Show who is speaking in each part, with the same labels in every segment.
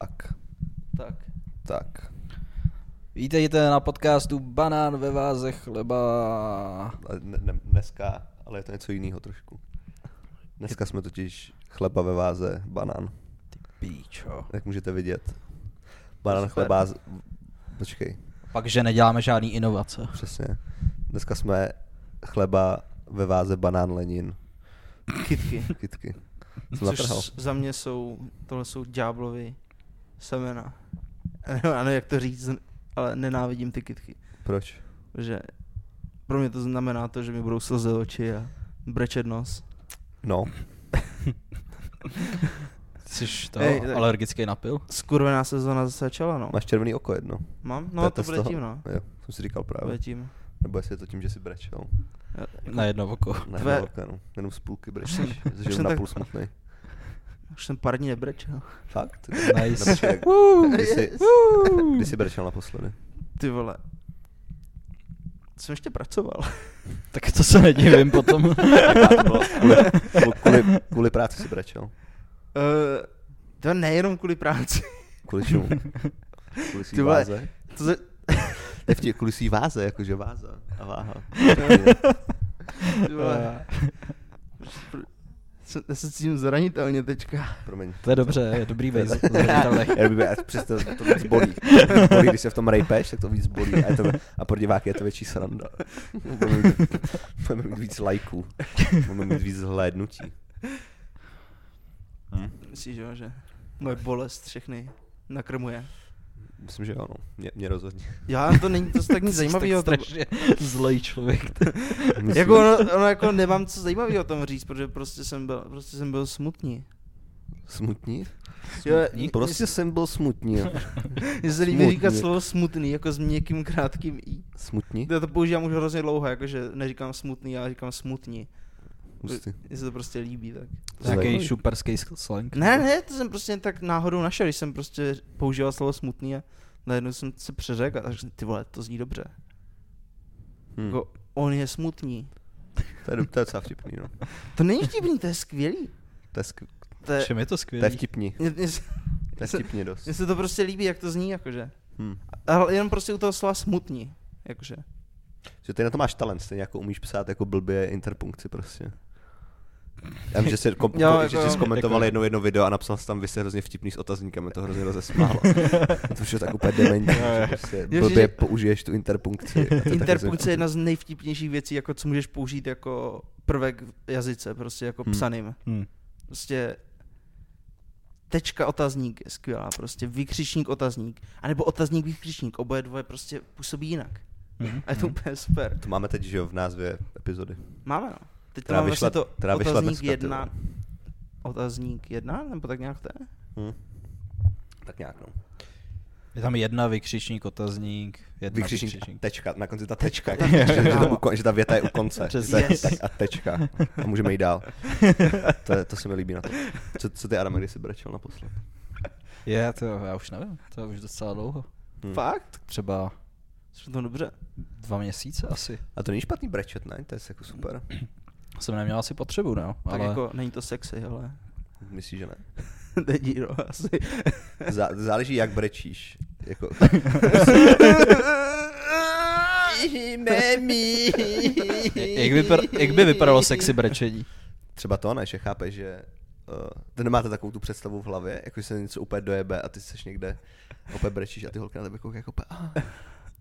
Speaker 1: Tak,
Speaker 2: Tak.
Speaker 1: tak.
Speaker 2: Vítejte na podcastu Banán ve váze chleba.
Speaker 1: Ale Ne, ne, dneska, ale je to něco jiného trošku. Dneska jsme totiž chleba ve váze, banán.
Speaker 2: Píčo.
Speaker 1: Jak můžete vidět. Banán,
Speaker 2: Super.
Speaker 1: chleba, z- počkej,
Speaker 2: Pak, že neděláme žádný inovace.
Speaker 1: přesně. Dneska jsme chleba ve váze, banán, lenin,
Speaker 3: Kytky.
Speaker 1: kytky. Jsem
Speaker 3: Což
Speaker 1: natrhal.
Speaker 3: s- za mě jsou, tohle jsou ďáblovy semena. Ano, jak to říct, ale nenávidím ty kytky.
Speaker 1: Proč?
Speaker 3: Že pro mě to znamená to, že mi budou slzy oči a brečet nos.
Speaker 1: No,
Speaker 2: Jsi to
Speaker 3: Ej, tak-
Speaker 2: alergický napil?
Speaker 3: Skurvená sezona zase začala, no.
Speaker 1: máš červený oko jedno.
Speaker 3: Mám?
Speaker 1: To
Speaker 3: No,
Speaker 1: je
Speaker 3: to
Speaker 1: z
Speaker 3: bude
Speaker 1: toho-
Speaker 3: tím, no.
Speaker 1: Jo, jsem si říkal
Speaker 3: To bude
Speaker 1: právě.
Speaker 3: tím.
Speaker 1: Nebo jestli je to tím, že jsi brečel.
Speaker 3: Já-
Speaker 2: Na jedno oko.
Speaker 1: Ne,
Speaker 3: Tvé-
Speaker 1: Tvé... no. jenom z půlky
Speaker 3: jsem-
Speaker 1: brečíš,
Speaker 3: už
Speaker 1: že jsem
Speaker 3: jsem
Speaker 1: napůl
Speaker 3: tak-
Speaker 1: smutný.
Speaker 3: Už jsem pár dní nebrečel.
Speaker 1: Fakt?
Speaker 2: Nice.
Speaker 1: Nebo člověk- Kdy jsi, kdy jsi brečel naposledy?
Speaker 3: Ty vole. Jsem ještě pracoval.
Speaker 2: Tak to se nedivím potom.
Speaker 1: Tak to bylo kvůli, kvůli, kvůli práci si brečel.
Speaker 3: Eh, to nejenom kvůli práci.
Speaker 1: Kvůli čemu? Kvůli svý
Speaker 3: Ty vole.
Speaker 1: váze?
Speaker 3: To se,
Speaker 1: Ne, vtip, kvůli svý váze, jakože váza a váha.
Speaker 3: ty vole. Pr- jsem- Já se cítím zranitelně teďka.
Speaker 1: Promiň.
Speaker 2: To je dobře, je dobrý vejz.
Speaker 1: Já bych já přesto to víc bolí. bolí. Když se v tom rejpeš, tak to víc bolí. A, je to, a pro diváky je to větší sranda. Budeme mít, budeme mít víc lajků. Budeme mít víc hlédnutí.
Speaker 3: Myslíš, jo, že moje bolest všechny nakrmuje.
Speaker 1: Myslím, že jo, no. Mě, mě rozhodně.
Speaker 3: Já, to není to tak nic zajímavého. to-
Speaker 2: strašně zlej člověk.
Speaker 1: Myslím,
Speaker 3: Jako ono, ono, jako nemám co zajímavého o tom říct, protože prostě jsem byl, prostě jsem byl smutný.
Speaker 1: Smutný?
Speaker 3: Smutný?
Speaker 1: Prostě jsem byl smutný.
Speaker 3: Mně se líbí říkat
Speaker 1: Smutný.
Speaker 3: slovo smutný, jako s měkkým krátkým i.
Speaker 1: Smutný?
Speaker 3: Já to používám už hrozně dlouho, jakože neříkám smutný, ale říkám smutní.
Speaker 1: Hustý.
Speaker 3: Mně se to prostě líbí, tak.
Speaker 2: Nějaký
Speaker 1: Zajímavý.
Speaker 2: šuperský slang.
Speaker 3: Ne, ne, to jsem prostě jen tak náhodou našel, když jsem prostě používal slovo smutný a najednou jsem se přeřekl a tak jsem, ty vole, to zní dobře.
Speaker 1: Hmm.
Speaker 3: Jako, on je smutný.
Speaker 1: To je, to je docela vtipný, no.
Speaker 3: To není vtipný, to je skvělý.
Speaker 1: To je, sk-
Speaker 3: To je,
Speaker 2: Všem je to
Speaker 1: to je
Speaker 2: skvělý.
Speaker 1: vtipný.
Speaker 3: Mně- mně se-
Speaker 1: To je vtipný dost.
Speaker 3: mně se to prostě líbí, jak to zní, jakože.
Speaker 1: Hmm.
Speaker 3: Ale jenom prostě u toho slova smutný, jakože.
Speaker 1: Že ty na to máš talent, stejně jako umíš psát jako blbě interpunkci prostě. Já vím, že jsi, kom-
Speaker 3: Jo,
Speaker 1: jo,
Speaker 3: jako
Speaker 1: jako, že
Speaker 3: jo.
Speaker 1: jsi komentoval
Speaker 2: Děkuji.
Speaker 1: jednou jedno video a napsal jsi tam, vy jste hrozně vtipný s otazníkem, mě to hrozně rozesmálo. to už je tak úplně dementní,
Speaker 2: Jo, jo.
Speaker 1: že prostě
Speaker 3: Ježiš,
Speaker 1: blbě
Speaker 3: že-
Speaker 1: použiješ tu interpunkci. a to je tak
Speaker 3: Interpunkce
Speaker 1: hrozně-
Speaker 3: je jedna z nejvtipnějších věcí, jako co můžeš použít jako prvek v jazyce, prostě jako
Speaker 1: Hmm.
Speaker 3: psaným.
Speaker 2: Hm.
Speaker 3: Prostě tečka otazník je skvělá, prostě vykřičník otazník, anebo otazník vykřičník, oboje dvoje prostě působí jinak.
Speaker 2: Hm.
Speaker 3: A je
Speaker 1: Hmm.
Speaker 3: to úplně super.
Speaker 1: To máme teď, že jo, v názvě epizody.
Speaker 3: Máme no. Teď to
Speaker 1: Která
Speaker 3: máme
Speaker 1: vyšla-
Speaker 3: vlastně to
Speaker 1: která vyšla
Speaker 3: otazník
Speaker 1: dneska, ty
Speaker 3: jedna.
Speaker 1: vole.
Speaker 3: Otazník jedna, nebo tak nějak to je?
Speaker 1: Hm. Tak nějak, no.
Speaker 2: Je tam jedna vykřičník, otazník, jedna
Speaker 1: Vykřičník,
Speaker 2: vykřičník.
Speaker 1: tečka, na konci ta tečka, jako, že, že, to, uko- že ta věta je u konce, že to je
Speaker 3: Yes.
Speaker 1: tak a tečka a můžeme jít dál. To, je, to se mi líbí na to. Co, co ty, Adam, kdy jsi brečel naposled?
Speaker 2: Je, to já už nevím, to je už docela dlouho.
Speaker 1: Hm.
Speaker 3: Fakt?
Speaker 2: Třeba
Speaker 3: Jsme to dobře.
Speaker 2: dva měsíce asi.
Speaker 1: A to není špatný brečet, ne? To je jako super.
Speaker 2: Jsem neměl asi potřebu, no.
Speaker 3: Tak
Speaker 2: Ale...
Speaker 3: jako není to sexy, ale
Speaker 1: Myslíš, že ne?
Speaker 3: není no, asi.
Speaker 1: Zá, záleží, jak brečíš. Jako,
Speaker 3: Mami.
Speaker 2: Jak by, vypr- jak by vypadalo sexy brečení?
Speaker 1: třeba to ne, že chápeš, že uh, ty nemáte takovou tu představu v hlavě, jako že se něco úplně dojebe a ty jsi někde opět brečíš a ty holky na tebe koukají jako úplně, ah.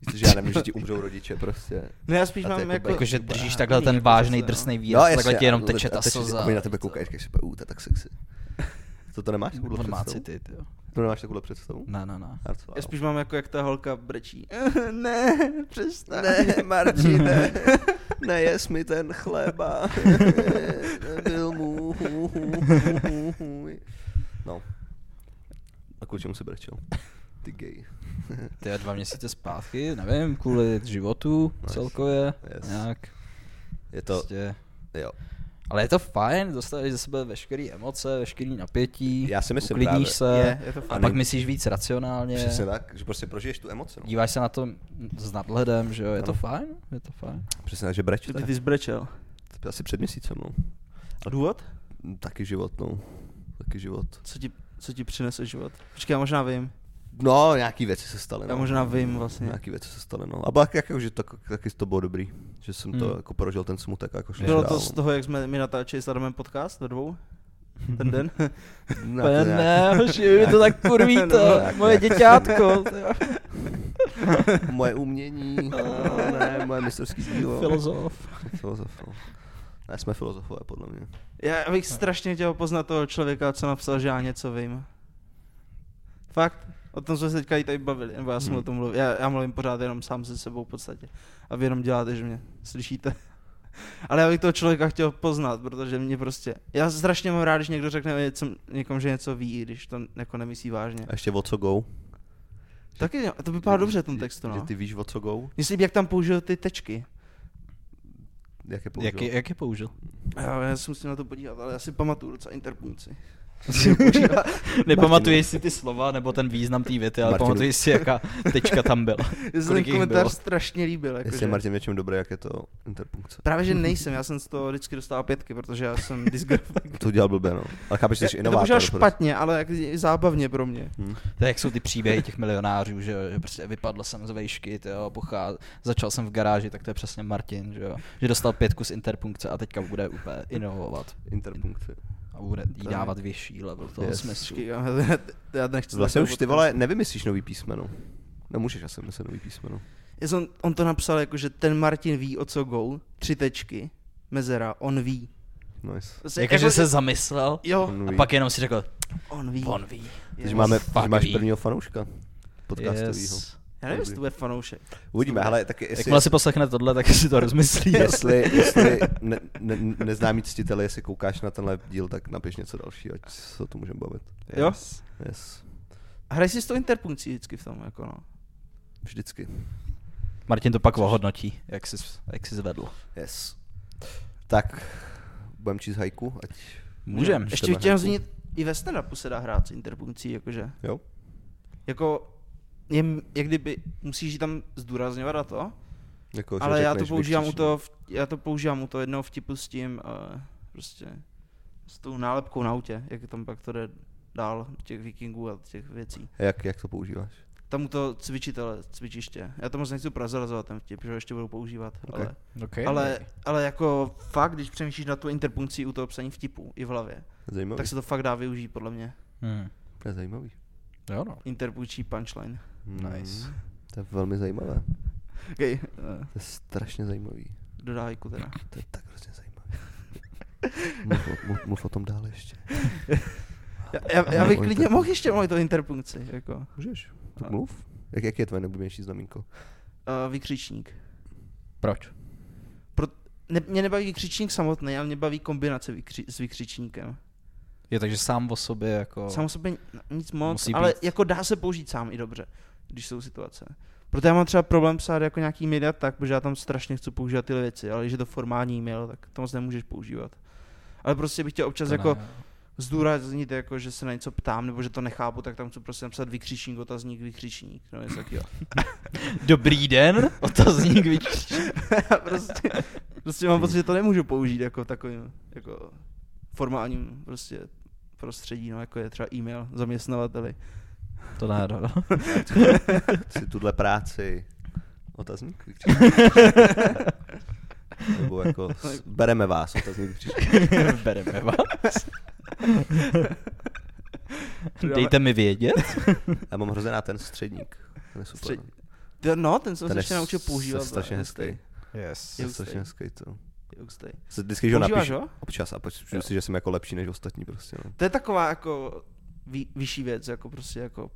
Speaker 1: Víš, že já nevím, že ti umřou rodiče prostě.
Speaker 3: No já spíš
Speaker 1: A to
Speaker 3: mám
Speaker 1: jako
Speaker 3: jako...
Speaker 2: Jakože
Speaker 3: úplně
Speaker 2: držíš
Speaker 3: jiný,
Speaker 2: takhle ten
Speaker 3: jako
Speaker 2: vážný
Speaker 3: zase, no.
Speaker 2: drsný výraz, no, takhle ti jenom
Speaker 1: a-
Speaker 2: teče ta
Speaker 1: a teče-
Speaker 2: slza.
Speaker 1: A oni na tebe koukají, říkají si, úplně, "U, to je tak sexy. To to nemáš takovou
Speaker 2: On má
Speaker 1: představu?
Speaker 2: city, ty Mm. jo.
Speaker 1: To nemáš takovou představu?
Speaker 2: Ne, ne, ne.
Speaker 1: Harcová.
Speaker 3: Já spíš mám jako, jak ta holka brečí. ne, přestaň.
Speaker 1: Ne, Marči, ne. Nejes mi ten chleba. Byl mu. No. A kvůli čemu se brečel? Ty gay.
Speaker 2: Ty jo, dva měsíce zpátky, nevím, kvůli životu
Speaker 1: Nice.
Speaker 2: celkově,
Speaker 1: No, Yes.
Speaker 2: nějak.
Speaker 1: Je to,
Speaker 2: Prostě.
Speaker 1: jo.
Speaker 2: Ale je to fajn, dostaneš ze sebe veškeré emoce, veškerý napětí,
Speaker 1: Já si myslím
Speaker 2: uklidníš
Speaker 1: právě.
Speaker 2: se
Speaker 3: Je, je to
Speaker 2: a
Speaker 3: fajn.
Speaker 2: pak myslíš víc racionálně.
Speaker 1: Přesně tak, že prostě prožiješ tu emoci. No.
Speaker 2: Díváš se na to s nadhledem, že jo, je to
Speaker 1: Ano.
Speaker 2: fajn, je to fajn.
Speaker 1: Přesně tak, že
Speaker 3: Ty by
Speaker 1: brečte.
Speaker 3: ty zbrečel.
Speaker 1: To bylo Asi před měsícem, no.
Speaker 3: Důvod?
Speaker 1: Taky život, no. Taky život.
Speaker 3: Co ti, co ti přinese život. Počkej, já možná vím.
Speaker 1: No, nějaký věci se staly.
Speaker 3: Já
Speaker 1: No.
Speaker 3: možná vím vlastně.
Speaker 1: Nějaký věci se staly, no. A pak jako, že tak, taky to bylo dobrý, že jsem to
Speaker 2: Hmm.
Speaker 1: jako prožil ten smutek a jako šel
Speaker 3: Bylo
Speaker 1: dál,
Speaker 3: to
Speaker 1: no.
Speaker 3: z toho, jak jsme my natáčeli s Adamem podcast ve dvou? Ten den?
Speaker 1: No, to
Speaker 2: Ne,
Speaker 1: nějak-
Speaker 2: ne, hoši, vy mi to tak kurví to,
Speaker 1: tak,
Speaker 2: moje
Speaker 1: tak.
Speaker 2: děťátko,
Speaker 1: Moje umění, ne, moje mistrovský dílo.
Speaker 2: filozof.
Speaker 1: Filozof, no. Ne, jsme filozofové, podle mě.
Speaker 3: Já bych strašně chtěl poznat toho člověka, co napsal, že já něco vím. Fakt? O tom jsme se teďka i tady bavili, nebo já jsem
Speaker 1: Hmm.
Speaker 3: hmm. o tom mluvil. Já, já, mluvím pořád jenom sám se sebou v podstatě. A vy jenom děláte, že mě slyšíte. Ale já bych toho člověka chtěl poznat, protože mě prostě... Já strašně mám rád, když někdo řekne něco, někom, že něco ví, i když to jako nemyslí vážně.
Speaker 1: A ještě o co go?
Speaker 3: Taky, to vypadá dobře v tom
Speaker 1: Že-
Speaker 3: textu,
Speaker 1: Že
Speaker 3: no.
Speaker 1: ty víš o co go?
Speaker 3: Myslím, jak tam použil ty tečky.
Speaker 1: Jak je použil?
Speaker 2: Jak, je- jak je použil?
Speaker 3: Já, já jsem si na to podívat, ale já si pamatuju docela interpunkci.
Speaker 2: Nepamatuješ si ty slova nebo ten význam té věty, ale
Speaker 1: Martinu.
Speaker 2: pamatuješ si, jaká tečka tam byla.
Speaker 3: Mně se ten
Speaker 2: Kolik jich
Speaker 3: komentář
Speaker 2: bylo?
Speaker 3: strašně líbil. Jako
Speaker 1: Jestli je Martin v něčem dobrý, jak je to interpunkce.
Speaker 3: Právě, že nejsem, já jsem z toho vždycky dostal pětky, protože já jsem disgrafik.
Speaker 1: To udělal blbě, no. Ale chápeš, že jsi
Speaker 3: to
Speaker 1: inovátor.
Speaker 3: možná
Speaker 1: prostě.
Speaker 3: špatně, ale jak, i zábavně pro mě.
Speaker 1: Hm.
Speaker 2: To je, jak jsou ty příběhy těch milionářů, že, jo, že prostě vypadl jsem z vejšky, tyjo, pochá... začal jsem v garáži, tak to je přesně Martin, že, jo, že dostal pětku z interpunkce a teďka bude úplně inovovat
Speaker 1: Interpunkce.
Speaker 2: a bude jí
Speaker 3: Tak.
Speaker 2: dávat vyšší level toho
Speaker 1: Yes.
Speaker 2: yes. smyslu.
Speaker 3: Počkej, já, já nechci
Speaker 1: Vlastně
Speaker 3: takovou
Speaker 1: už ty
Speaker 3: podcast.
Speaker 1: vole nevymyslíš nový písmeno. Nemůžeš asi myslet nový písmeno.
Speaker 3: Já jsem, on to napsal jako, že ten Martin ví, o co go, tři tečky, mezera, on ví.
Speaker 1: Nice.
Speaker 3: Prostě
Speaker 2: Jakože se zamyslel
Speaker 3: Jo,
Speaker 1: On
Speaker 2: a
Speaker 1: ví.
Speaker 2: pak jenom si řekl,
Speaker 3: on ví.
Speaker 2: on ví.
Speaker 1: Takže máme,
Speaker 2: Fuck
Speaker 1: takže máš
Speaker 2: me.
Speaker 1: prvního fanouška podcastovýho.
Speaker 2: Yes.
Speaker 3: Já nevím, jestli to bude fanoušek.
Speaker 1: Uvidíme, hele, tak jestli,
Speaker 2: Jakmile si poslechne tohle, tak si to rozmyslí.
Speaker 1: jestli, jestli ne, ne, neznámí ctiteli, jestli koukáš na tenhle díl, tak napiš něco dalšího, ať se o tom můžeme bavit.
Speaker 3: Jo?
Speaker 1: Yes.
Speaker 3: A hraj si s tou interpunkcí vždycky v tom, jako no.
Speaker 1: Vždycky.
Speaker 2: Martin to pak ohodnotí, jak jsi, jak jsi zvedl.
Speaker 1: Yes. Tak, budeme číst hajku, ať...
Speaker 2: Můžem.
Speaker 1: Ještě
Speaker 3: Ještě
Speaker 1: tebe
Speaker 3: bych chtěl
Speaker 1: hajku.
Speaker 3: zmínit, i ve stand se dá hrát s interpunkcí, jakože.
Speaker 1: Jo?
Speaker 3: Jako, je, jak kdyby, musíš ji tam zdůrazňovat a to,
Speaker 1: Jako, že
Speaker 3: ale já to
Speaker 1: řekneš
Speaker 3: používám u
Speaker 1: vykřičník.
Speaker 3: toho, v- já to používám u toho jednoho vtipu s tím, uh, prostě, s tou nálepkou na autě, jak tam pak to jde dál do těch vikingů a těch věcí.
Speaker 1: Jak, jak to používáš?
Speaker 3: Tam u toho cvičitele, cvičiště. Já to moc nechci prozrazovat ten vtip, že ho ještě budu používat,
Speaker 1: Ok.
Speaker 3: ale,
Speaker 2: Okay.
Speaker 3: ale, ale jako fakt, když přemýšlíš na tu interpunkci u toho psaní vtipů i v hlavě,
Speaker 1: Zajímavý.
Speaker 3: tak se to fakt dá využít podle mě.
Speaker 2: Hmm.
Speaker 1: To je zajímavý.
Speaker 2: Jo no.
Speaker 3: Interpunkční punchline.
Speaker 2: Nice.
Speaker 1: Mm, To je velmi zajímavé.
Speaker 3: Okay, uh,
Speaker 1: To je strašně zajímavý.
Speaker 3: dodávajku teda.
Speaker 1: To je tak hrozně zajímavé. Mluv, o- mluv, mluv o tom dál ještě.
Speaker 3: Já, já, já bych
Speaker 1: O
Speaker 3: klidně
Speaker 1: interpunkci.
Speaker 3: mohl ještě mluvit o interpunkci, jako
Speaker 1: Můžeš, tak mluv. Jak, jak je tvoje nejoblíbenější znamínko?
Speaker 3: uh, vykřičník.
Speaker 2: Proč?
Speaker 3: Ne, mě nebaví vykřičník samotný, ale mě baví kombinace vykři, s vykřičníkem.
Speaker 2: Je takže sám o sobě jako...
Speaker 3: Oh. Sám o sobě n- nic moc,
Speaker 2: Musí
Speaker 3: Musí ale
Speaker 2: být.
Speaker 3: jako dá se použít sám i dobře, když jsou situace. Proto já mám třeba problém psát jako nějaký mail a tak, protože já tam strašně chci používat tyhle věci, ale když je to formální mail, tak to moc nemůžeš používat. Ale prostě bych chtěl občas
Speaker 2: To
Speaker 3: to jako
Speaker 2: ne.
Speaker 3: zdůraznit, jako, že se na něco ptám, nebo že to nechápu, tak tam chci prostě napsat vykřičník, otazník, vykřičník. No, něco takového.
Speaker 2: Dobrý den, otazník víš.
Speaker 3: Já prostě, prostě mám pocit, že to nemůžu použít jako v takovým jako formálním prostě prostředí, no, jako je třeba e-mail zaměstnavateli.
Speaker 2: To ne, no.
Speaker 1: Chci tuhle práci. Otazník? Nebo jako s- bereme vás, otazník vykřičník.
Speaker 2: Bereme vás. Dejte mi vědět.
Speaker 1: Já mám hrozně rád ten středník. Ten je super.
Speaker 3: Střed-
Speaker 1: no.
Speaker 3: Ty- No, ten jsem
Speaker 1: Ten
Speaker 3: se
Speaker 1: je
Speaker 3: ještě naučil
Speaker 1: s-
Speaker 3: používat.
Speaker 1: s- strašně
Speaker 3: ale-
Speaker 1: hezký.
Speaker 2: Yes.
Speaker 1: Je
Speaker 3: Je
Speaker 1: strašně hezký to.
Speaker 3: je hustý.
Speaker 1: Se Vždycky, že ho
Speaker 3: Používáš
Speaker 1: napíš
Speaker 3: ho?
Speaker 1: občas a pak
Speaker 3: Jo.
Speaker 1: si, že jsem jako lepší než ostatní prostě. No.
Speaker 3: To je taková jako vý, vyšší věc, jako prostě jako,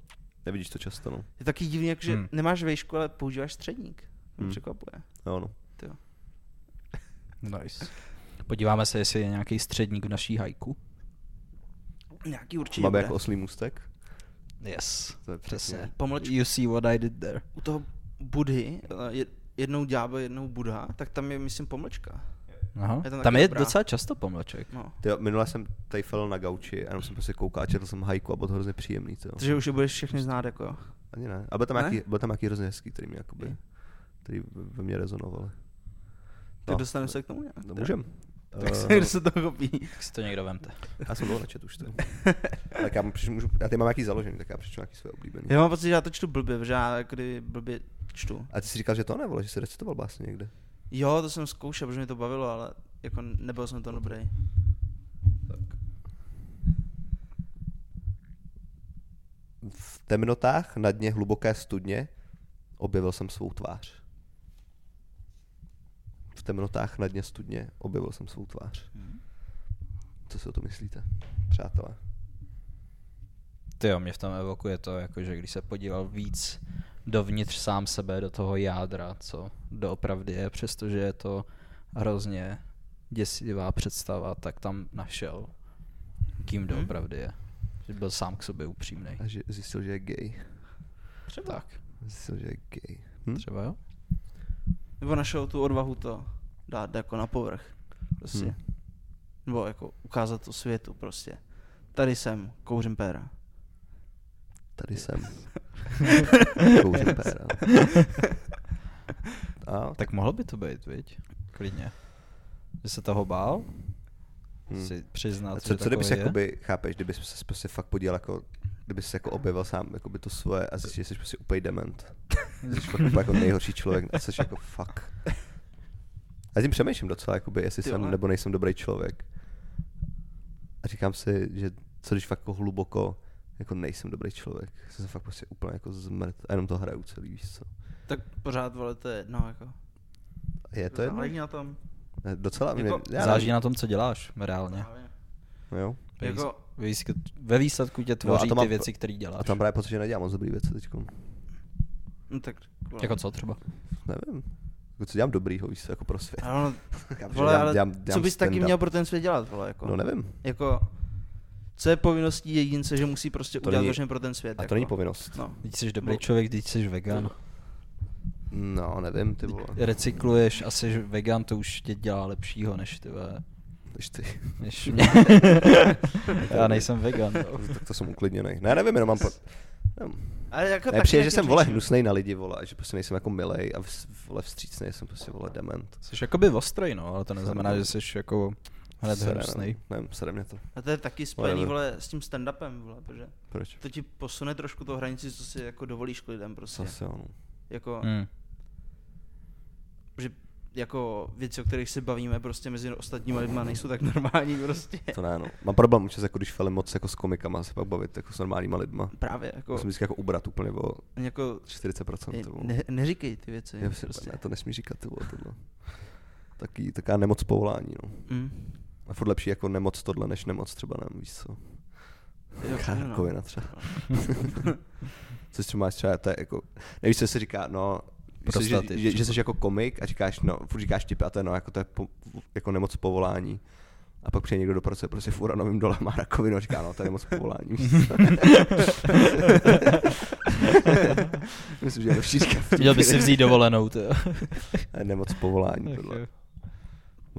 Speaker 1: Nevidíš to často, no.
Speaker 3: je taky divný, jako, že
Speaker 2: Hmm.
Speaker 3: hmm. nemáš vejšku, ale používáš středník. To mě
Speaker 1: Hmm.
Speaker 3: překvapuje.
Speaker 1: Jo, no.
Speaker 2: Nice. Podíváme se, jestli je nějaký středník v naší hajku.
Speaker 3: Nějaký určitě
Speaker 1: Máme
Speaker 3: bude.
Speaker 1: jako oslý můstek.
Speaker 2: Yes.
Speaker 1: To je
Speaker 2: Přesně.
Speaker 3: Pomlčka.
Speaker 2: You see what I did there.
Speaker 3: U toho Budhy, eh, je- jednou ďábel, jednou Budha, tak tam je, myslím, pomlčka.
Speaker 2: Aha.
Speaker 3: Je tam
Speaker 2: Tam,
Speaker 3: taky
Speaker 2: je
Speaker 3: dobrá.
Speaker 2: docela často pomlček.
Speaker 3: No.
Speaker 1: Ty jo, minule jsem tady fel na gauči a jenom jsem prostě koukal a četl jsem hajku a bylo to hrozně příjemný, to jo.
Speaker 3: Takže už je budeš všechny znát, jako jo.
Speaker 1: Ani ne. A byl tam,
Speaker 3: Ne?
Speaker 1: nějaký, byl tam nějaký hrozně hezký, který mě jakoby,
Speaker 3: Je.
Speaker 1: který ve mně rezonoval.
Speaker 3: Tak dostaneme se k tomu nějak.
Speaker 1: No, můžem.
Speaker 3: Tak se,
Speaker 1: Eh,
Speaker 3: kde se to chopí.
Speaker 2: Tak si to někdo vemte.
Speaker 1: Já jsem dlouho nečet už to. tak já, přičtu, můžu, já tady mám nějaký založený, tak já přečtu nějaký své oblíbený.
Speaker 3: Já mám pocit, že já to čtu blbě, protože já jako kdyby blbě čtu.
Speaker 1: A ty jsi říkal, že to nevole, že jsi recitoval básně někde.
Speaker 3: Jo, to jsem zkoušel, protože mě to bavilo, ale jako nebyl jsem to dobrý.
Speaker 1: V temnotách na dně hluboké studně objevil jsem svou tvář. V temnotách na dně studně objevil jsem svou tvář. Co si o to myslíte, přátelé?
Speaker 2: Ty jo, mě v tom evokuje to, jako, že když se podíval víc dovnitř sám sebe, do toho jádra, co doopravdy je, přestože je to hrozně děsivá představa, tak tam našel,
Speaker 1: Mhm.
Speaker 2: kým doopravdy je. Že byl sám k sobě upřímný.
Speaker 1: A že zjistil, že je gay.
Speaker 2: Třeba. Tak,
Speaker 1: Zjistil, že je gay. Hm?
Speaker 2: třeba jo.
Speaker 3: Nebo našel tu odvahu to dát jako na povrch. Prostě.
Speaker 1: Hmm.
Speaker 3: Hmm. Nebo jako ukázat to světu prostě. Tady jsem, kouřím péra.
Speaker 1: Tady jsem. Kouřím péra. A,
Speaker 2: Tak mohlo by to být, viď? Klidně. Že se toho bál?
Speaker 1: hm.
Speaker 2: Si přiznat,
Speaker 1: A co,
Speaker 2: že
Speaker 1: co kdybys,
Speaker 2: takový je?
Speaker 1: jakoby, chápeš, kdybys se prostě fakt podíval jako, kdyby se jako objevil sám jakoby to svoje a zjistil, že jsi prostě úplně dement. Jsi fakt úplně jako nejhorší člověk a jsi jako fuck. A tím přemýšlím docela, jakoby, jestli
Speaker 3: Ty
Speaker 1: jsem
Speaker 3: vole.
Speaker 1: nebo nejsem dobrý člověk. A říkám si, že co když fakt jako hluboko jako nejsem dobrý člověk. Jsem se fakt prostě úplně jako zmrt a jenom to hraju celý, víš co.
Speaker 3: Tak pořád, vole, to je jedno, jako.
Speaker 1: Je to jedno?
Speaker 3: Záleží na tom.
Speaker 1: Ne, Docela mě,
Speaker 3: Jako-
Speaker 1: já
Speaker 2: Záleží
Speaker 1: nevím.
Speaker 2: na tom, co děláš, reálně.
Speaker 3: Právě.
Speaker 1: Jo.
Speaker 2: Ve výs-
Speaker 3: Jako-
Speaker 2: ve výsledku, ve výsledku tě
Speaker 1: No a to
Speaker 2: tvoří no ty
Speaker 1: mám-
Speaker 2: věci, které děláš.
Speaker 1: A tam právě pocit, že nedělám moc dobrý věci teďkom.
Speaker 3: No tak, vole.
Speaker 2: Jako co třeba?
Speaker 1: Nevím. Jako co dělám dobrýho, víš, co, jako pro svět.
Speaker 3: Ano,
Speaker 1: Kámo, že
Speaker 3: vole,
Speaker 1: dělám-
Speaker 3: ale
Speaker 1: dělám- dělám
Speaker 3: co bys taky
Speaker 1: stand-up.
Speaker 3: měl pro ten svět dělat, vole, jako.
Speaker 1: No nevím.
Speaker 3: Jako, co je povinností jedince, že musí prostě
Speaker 1: To
Speaker 3: udělat
Speaker 1: není-
Speaker 3: není, pro ten svět,
Speaker 1: A
Speaker 3: jako.
Speaker 1: to není povinnost.
Speaker 3: No.
Speaker 2: Teď jsi dobrý
Speaker 3: No.
Speaker 2: člověk, teď jsi vegan.
Speaker 1: No, nevím, ty vole.
Speaker 2: Recykluješ a jsi vegan, to už tě dělá lepšího než ty vole,
Speaker 1: Než ty.
Speaker 2: než mě. Já nejsem vegan. no.
Speaker 1: tak to jsem uklidněný. Ne, nevím, jenom mám... Po... Nevím.
Speaker 3: Ale jako
Speaker 1: Ne,
Speaker 3: taky
Speaker 1: přijde, že
Speaker 3: nějaký
Speaker 1: jsem, vole,
Speaker 3: přečin.
Speaker 1: hnusnej na lidi, vole, a že prostě nejsem jako milej a vs- vole vstřícnej, jsem prostě, vole, dement.
Speaker 2: Jsi jakoby ostrý, no, ale to neznamená, že jsi jako hned
Speaker 1: Sere,
Speaker 2: hnusnej.
Speaker 1: no. Nevím, sere mě to.
Speaker 3: A to je taky spojený,
Speaker 1: Whatever.
Speaker 3: vole, s tím stand-upem, vole, protože
Speaker 1: Proč?
Speaker 3: to ti posune trošku to hranici, co si jako dovolíš k lidem, prostě.
Speaker 1: Co se ono? no.
Speaker 3: Jako,
Speaker 2: Hmm.
Speaker 3: že jako věci, o kterých se bavíme prostě mezi ostatními lidmi nejsou tak normální prostě.
Speaker 1: Hmm. To ne, no. Mám problém občas, jako když film moc jako s komikama se pak bavit jako s normálníma lidma.
Speaker 3: Právě, jako,
Speaker 1: Musím vždycky jako ubrat úplně o
Speaker 3: jako
Speaker 1: 40%. ty vole.
Speaker 3: ne, neříkej ty věci.
Speaker 1: Já si, prostě. ne, to nesmí říkat, ty vole, tohle. Taky, taká nemoc povolání, no.
Speaker 3: Mm.
Speaker 1: A furt lepší jako nemoc tohle, než nemoc třeba, nevím, víš co.
Speaker 3: Jo, no.
Speaker 1: Jaká
Speaker 3: ano.
Speaker 1: rakovina třeba. Což třeba máš třeba, to je jako, nevíš, co se říká, no, víš co, že,
Speaker 2: Prostaty
Speaker 1: že, že,
Speaker 2: třeba.
Speaker 1: jsi jako komik a říkáš, no, furt říkáš tipy a to je, no, jako to je po, jako nemoc povolání. A pak přijde někdo do procesu, prostě v uranovém dole má rakovinu a říká, no, to je nemoc povolání. Myslím, že je lepší říkat.
Speaker 2: Měl by
Speaker 1: vtipy,
Speaker 2: si
Speaker 1: než-
Speaker 2: vzít dovolenou, to jo.
Speaker 1: To je Nemoc povolání,
Speaker 2: Ach
Speaker 1: tohle.
Speaker 2: jo.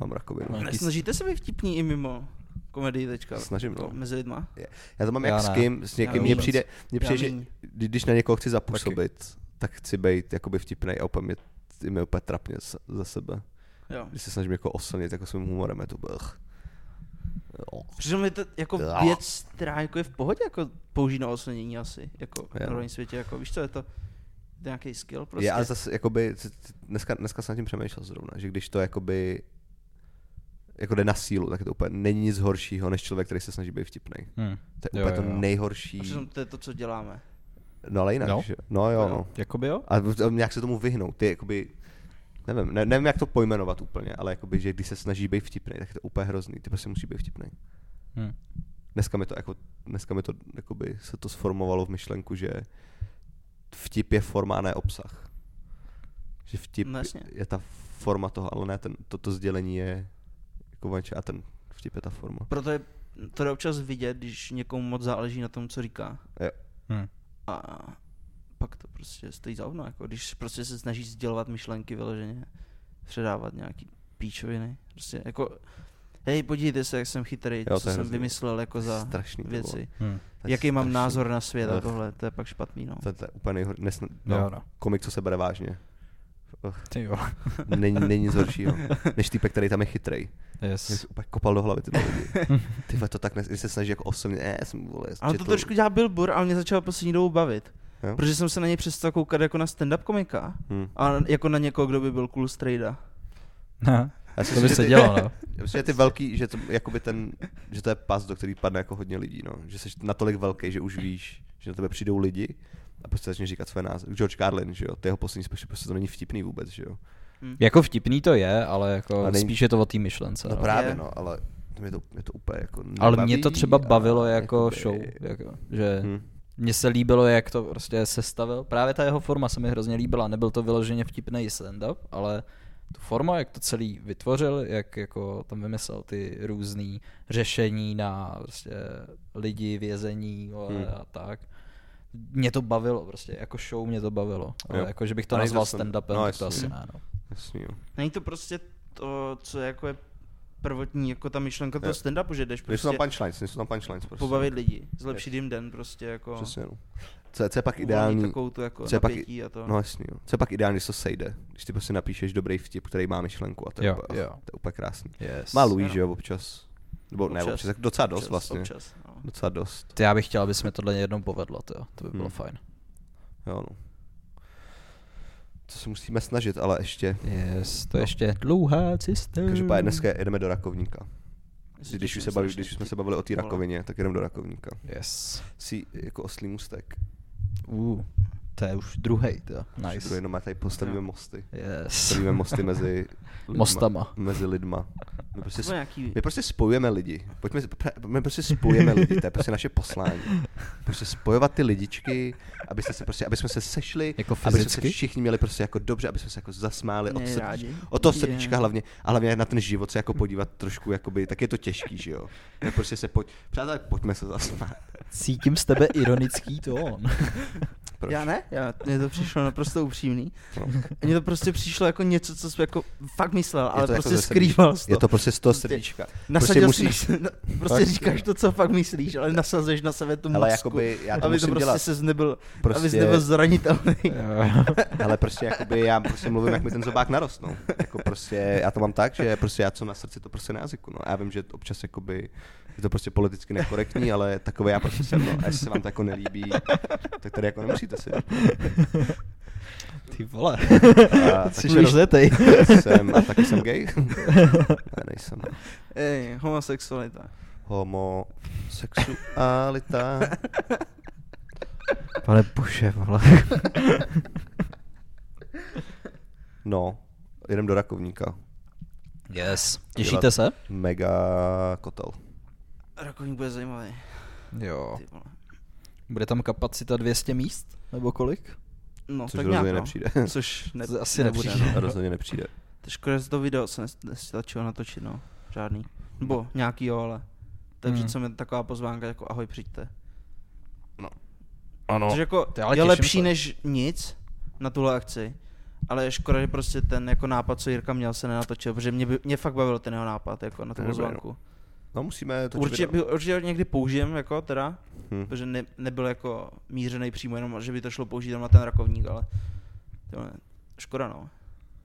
Speaker 1: Mám rakovinu.
Speaker 2: No. Jaký-
Speaker 3: Snažíte se být vtipní i mimo komedii teďka?
Speaker 1: Snažím,
Speaker 3: To
Speaker 1: no.
Speaker 3: Mezi lidma?
Speaker 1: Já to mám
Speaker 2: Já
Speaker 1: jak s
Speaker 2: ne.
Speaker 1: kým, s
Speaker 3: Já
Speaker 1: někým. Mně
Speaker 3: vůbec.
Speaker 1: přijde, mně
Speaker 3: Já
Speaker 1: přijde že
Speaker 3: míň.
Speaker 1: kdy- když na někoho chci zapůsobit, tak chci být jakoby vtipnej a úplně mě, je mi úplně trapně s- za sebe.
Speaker 3: Jo.
Speaker 1: Když se snažím jako oslnit jako svým humorem, je to blch. Jo.
Speaker 3: Přitom je to jako
Speaker 1: Jo.
Speaker 3: věc, která jako je v pohodě jako použít na oslnění asi. Jako
Speaker 1: Jo.
Speaker 3: na rovním světě. Jako, víš co, je to, je to nějaký skill prostě.
Speaker 1: Já zase, jakoby, c- c- dneska, dneska jsem nad tím přemýšlel zrovna, že když to jakoby jako jde na sílu, tak je to úplně není nic horšího, než člověk, který se snaží být vtipnej.
Speaker 2: Hmm.
Speaker 1: To je
Speaker 2: Jo,
Speaker 1: úplně
Speaker 2: jo,
Speaker 1: to
Speaker 2: jo.
Speaker 1: nejhorší.
Speaker 3: A Přitom to je to, co děláme.
Speaker 1: No ale jinak,
Speaker 2: No.
Speaker 1: že? No jo, no.
Speaker 2: Jakoby jo?
Speaker 1: A v- a nějak se tomu vyhnout, ty jakoby, nevím, ne, nevím, jak to pojmenovat úplně, ale jakoby, že když se snaží být vtipný, tak je to úplně hrozný, ty prostě musí být vtipný.
Speaker 2: Hmm.
Speaker 1: Dneska mi to, jako, dneska mi to jakoby, se to sformovalo v myšlenku, že vtip je forma a ne obsah. Že vtip
Speaker 3: No jasně.
Speaker 1: je ta forma toho, ale ne, ten, to, to sdělení je jako venče a ten vtip je ta forma.
Speaker 3: Proto je to jde občas vidět, když někomu moc záleží na tom, co říká.
Speaker 1: Jo.
Speaker 2: Hmm.
Speaker 3: A pak to prostě stojí za ovno, jako když prostě se snaží sdělovat myšlenky vyloženě, předávat nějaký píčoviny, prostě jako, hej, podívejte se, jak jsem chytrý,
Speaker 1: to je
Speaker 3: jo, co jsem
Speaker 1: hrozný.
Speaker 3: vymyslel jako za
Speaker 1: Strašný to bylo.
Speaker 3: věci.
Speaker 2: Hmm.
Speaker 1: To je
Speaker 3: Jaký mám
Speaker 1: strašný.
Speaker 3: názor na svět a
Speaker 1: Ugh.
Speaker 3: tohle, to je pak špatný, no.
Speaker 1: To, je- to je úplně nejhorší, nesn...
Speaker 2: Jo,
Speaker 1: no,
Speaker 2: no.
Speaker 1: komik, co se bere vážně.
Speaker 2: Ty jo.
Speaker 1: Není, není nic horšího, než týpek, který tam je chytrej. Já
Speaker 2: Yes.
Speaker 1: jsem úplně kopal do hlavy ty lidi. Ty vole, to tak, ne, když se snaží jako osobně, ne, já jsem vole,
Speaker 3: Ale to
Speaker 1: četl-
Speaker 3: trošku dělá Bill Burr, ale mě začal poslední dobou bavit.
Speaker 1: Jo?
Speaker 3: Protože jsem se na něj přestal koukat jako na stand-up komika.
Speaker 1: Hm.
Speaker 3: A jako na někoho, kdo by byl cool strejda.
Speaker 1: Já si
Speaker 2: No. to by
Speaker 1: myslím,
Speaker 2: se
Speaker 1: že ty-
Speaker 2: dělo, no.
Speaker 1: Já myslím, že ty velký, že to, jakoby ten, že to je pas, do který padne jako hodně lidí, no. Že jsi natolik velký, že už víš, že na tebe přijdou lidi a prostě začneš říkat své názory. George Carlin, že jo, ty jeho poslední special, prostě to není vtipný vůbec, že jo.
Speaker 2: Jako vtipný to je, ale jako
Speaker 1: A
Speaker 2: ale
Speaker 1: není-
Speaker 2: spíš je to o té myšlence.
Speaker 1: No
Speaker 2: No,
Speaker 1: právě,
Speaker 3: Je.
Speaker 1: no, ale to mě to, mě to úplně jako
Speaker 2: ale
Speaker 1: nebaví
Speaker 2: mě to třeba
Speaker 1: a
Speaker 2: bavilo jako
Speaker 1: jakoby-
Speaker 2: show, jako, že
Speaker 1: Hm.
Speaker 2: mně se líbilo, jak to prostě sestavil. Právě ta jeho forma se mi hrozně líbila. Nebyl to vyloženě vtipný stand-up, ale tu forma, jak to celý vytvořil, jak jako tam vymyslel ty různé řešení na prostě lidi, vězení vole,
Speaker 1: Hmm.
Speaker 2: a tak. Mě to bavilo prostě, jako show mě to bavilo. Ale
Speaker 1: Jo.
Speaker 2: jako, že bych to
Speaker 1: A nejde
Speaker 2: nazval
Speaker 1: to stand-
Speaker 2: stand-upem,
Speaker 1: no,
Speaker 2: no, to
Speaker 1: jasně.
Speaker 2: asi ne. No.
Speaker 1: Jasný, jo.
Speaker 3: Není to prostě to, co jako je prvotní, jako ta myšlenka toho
Speaker 1: Jo.
Speaker 3: stand-upu, že jdeš
Speaker 1: Nejsou
Speaker 3: prostě
Speaker 1: tam punchlines, nejsou tam punchlines prostě.
Speaker 3: pobavit lidi, zlepšit jim den prostě jako.
Speaker 1: Přesně, no. Co je, co je pak
Speaker 3: uvolnit
Speaker 1: ideální,
Speaker 3: Takovou tu jako
Speaker 1: co je pak
Speaker 3: napětí a to.
Speaker 1: No jasný, jo. Co je pak ideální, když to sejde? Když ty prostě napíšeš dobrý vtip, který má myšlenku a to je,
Speaker 2: Jo,
Speaker 1: úplně,
Speaker 2: jo.
Speaker 1: To je úplně krásný.
Speaker 2: Yes.
Speaker 1: Má Louis,
Speaker 3: Ano.
Speaker 1: že jo, občas. Nebo občas. ne,
Speaker 3: Občas.
Speaker 1: občas, tak docela dost
Speaker 3: občas,
Speaker 1: vlastně.
Speaker 3: Občas, no.
Speaker 1: Docela dost,
Speaker 2: Ty, já bych chtěl, aby se mi tohle jednou povedlo, to, to by bylo
Speaker 1: Hmm.
Speaker 2: fajn.
Speaker 1: jo no. To se musíme snažit, ale ještě.
Speaker 2: Hmm. Yes, to ještě je dlouhá cesta.
Speaker 1: Každopádně dneska jedeme do rakovníka.
Speaker 3: Jestli
Speaker 1: Když
Speaker 3: těším
Speaker 1: už
Speaker 3: se
Speaker 1: se baví,
Speaker 3: až
Speaker 1: když už jsme
Speaker 3: teď.
Speaker 1: se bavili o té
Speaker 3: Vole.
Speaker 1: rakovině, tak jedeme do rakovníka.
Speaker 2: Yes.
Speaker 1: Si jako oslý mustek.
Speaker 2: Uh, to je už druhý, to.
Speaker 1: Nice.
Speaker 2: Nice.
Speaker 1: Jenom a tady postavíme
Speaker 3: Jo.
Speaker 1: mosty.
Speaker 2: Yes.
Speaker 1: Postavíme mosty mezi lidma.
Speaker 2: Mostama.
Speaker 1: Mezi lidma. My prostě, sp-
Speaker 3: To bylo nějaký...
Speaker 1: my prostě spojujeme lidi. Pojďme, my prostě spojujeme lidi, to je prostě naše poslání. Prostě spojovat ty lidičky, abyste se prostě, aby jsme se sešli,
Speaker 2: Jako
Speaker 1: aby jsme se
Speaker 2: fyzicky?
Speaker 1: všichni měli prostě jako dobře, aby jsme se jako zasmáli od
Speaker 3: Měli
Speaker 1: srdíčka.
Speaker 3: rádi.
Speaker 1: O toho
Speaker 3: Je.
Speaker 1: srdíčka hlavně, a hlavně na ten život se jako podívat trošku, jakoby, tak je to těžký, že jo. Tak prostě se pojď, přátelé, pojďme se zasmát.
Speaker 2: Cítím z tebe ironický tón.
Speaker 1: Proč?
Speaker 3: Já ne, já, mně to přišlo naprosto upřímný.
Speaker 1: No.
Speaker 3: Mně to prostě přišlo jako něco, co jsem jako fakt myslel,
Speaker 1: Je
Speaker 3: ale
Speaker 1: to jako
Speaker 3: prostě
Speaker 1: ze srdíčka.
Speaker 3: skrýval to.
Speaker 1: Je to prostě z toho
Speaker 3: Prostě
Speaker 1: srdíčka.
Speaker 3: Nasadil
Speaker 1: prostě
Speaker 3: musíš... si, na- prostě
Speaker 1: Tak.
Speaker 3: říkáš to, co fakt myslíš, ale nasazeš na sebe tu
Speaker 1: Ale
Speaker 3: masku,
Speaker 1: jakoby já to
Speaker 3: aby to
Speaker 1: musím
Speaker 3: prostě
Speaker 1: dělat.
Speaker 3: se nebyl, prostě... aby
Speaker 1: Prostě-
Speaker 3: nebyl zranitelný.
Speaker 1: Ale prostě jakoby já prostě mluvím, jak mi ten zobák narost, no. Jako prostě, já to mám tak, že prostě já co na srdci, to prostě na jazyku, no. A já vím, že občas jakoby je to prostě politicky nekorektní, ale takové já prostě jsem, no. A jestli se vám to jako nelíbí, tak tady jako nemusíte si.
Speaker 2: Ty vole.
Speaker 1: A
Speaker 2: Jsi
Speaker 1: taky-
Speaker 2: rozjetej.
Speaker 1: Jsem, a taky jsem gay? ne, nejsem.
Speaker 3: Ej, homosexualita.
Speaker 1: Homosexualita.
Speaker 2: Pane Buše, vole.
Speaker 1: No, jedem do Rakovníka.
Speaker 2: Yes. Těšíte se?
Speaker 1: Mega kotel.
Speaker 3: Rakovník bude zajímavý.
Speaker 2: Jo.
Speaker 3: Ty vole.
Speaker 2: Bude tam kapacita 200 míst? Nebo kolik?
Speaker 3: No,
Speaker 1: Což
Speaker 3: tak
Speaker 1: rozhodně
Speaker 3: nějak, no.
Speaker 1: nepřijde.
Speaker 3: Což ne,
Speaker 2: To asi
Speaker 3: nebude,
Speaker 2: nepřijde.
Speaker 3: No.
Speaker 1: Rozhodně nepřijde.
Speaker 3: To škoda, že to video se nes- nestačilo natočit, no. Žádný. Nebo nějaký jo, ale. Takže
Speaker 2: Hmm.
Speaker 3: hmm. co mi taková pozvánka, jako ahoj, přijďte.
Speaker 1: Ano.
Speaker 3: Což jako
Speaker 2: No, Ty, ale
Speaker 3: je
Speaker 2: těším
Speaker 3: lepší
Speaker 2: se.
Speaker 3: než nic na tuhle akci, ale je škoda, že prostě ten jako nápad, co Jirka měl, se nenatočil, protože mě, by, mě fakt bavil ten jeho nápad jako na
Speaker 1: To je
Speaker 3: tu
Speaker 1: dobrý,
Speaker 3: pozvánku.
Speaker 1: No musíme to
Speaker 3: Určitě, by- určitě ho někdy použijem, jako teda,
Speaker 1: Hm.
Speaker 3: protože ne, nebyl jako mířený přímo jenom, že by to šlo použít jenom na ten rakovník, ale tohle, škoda no,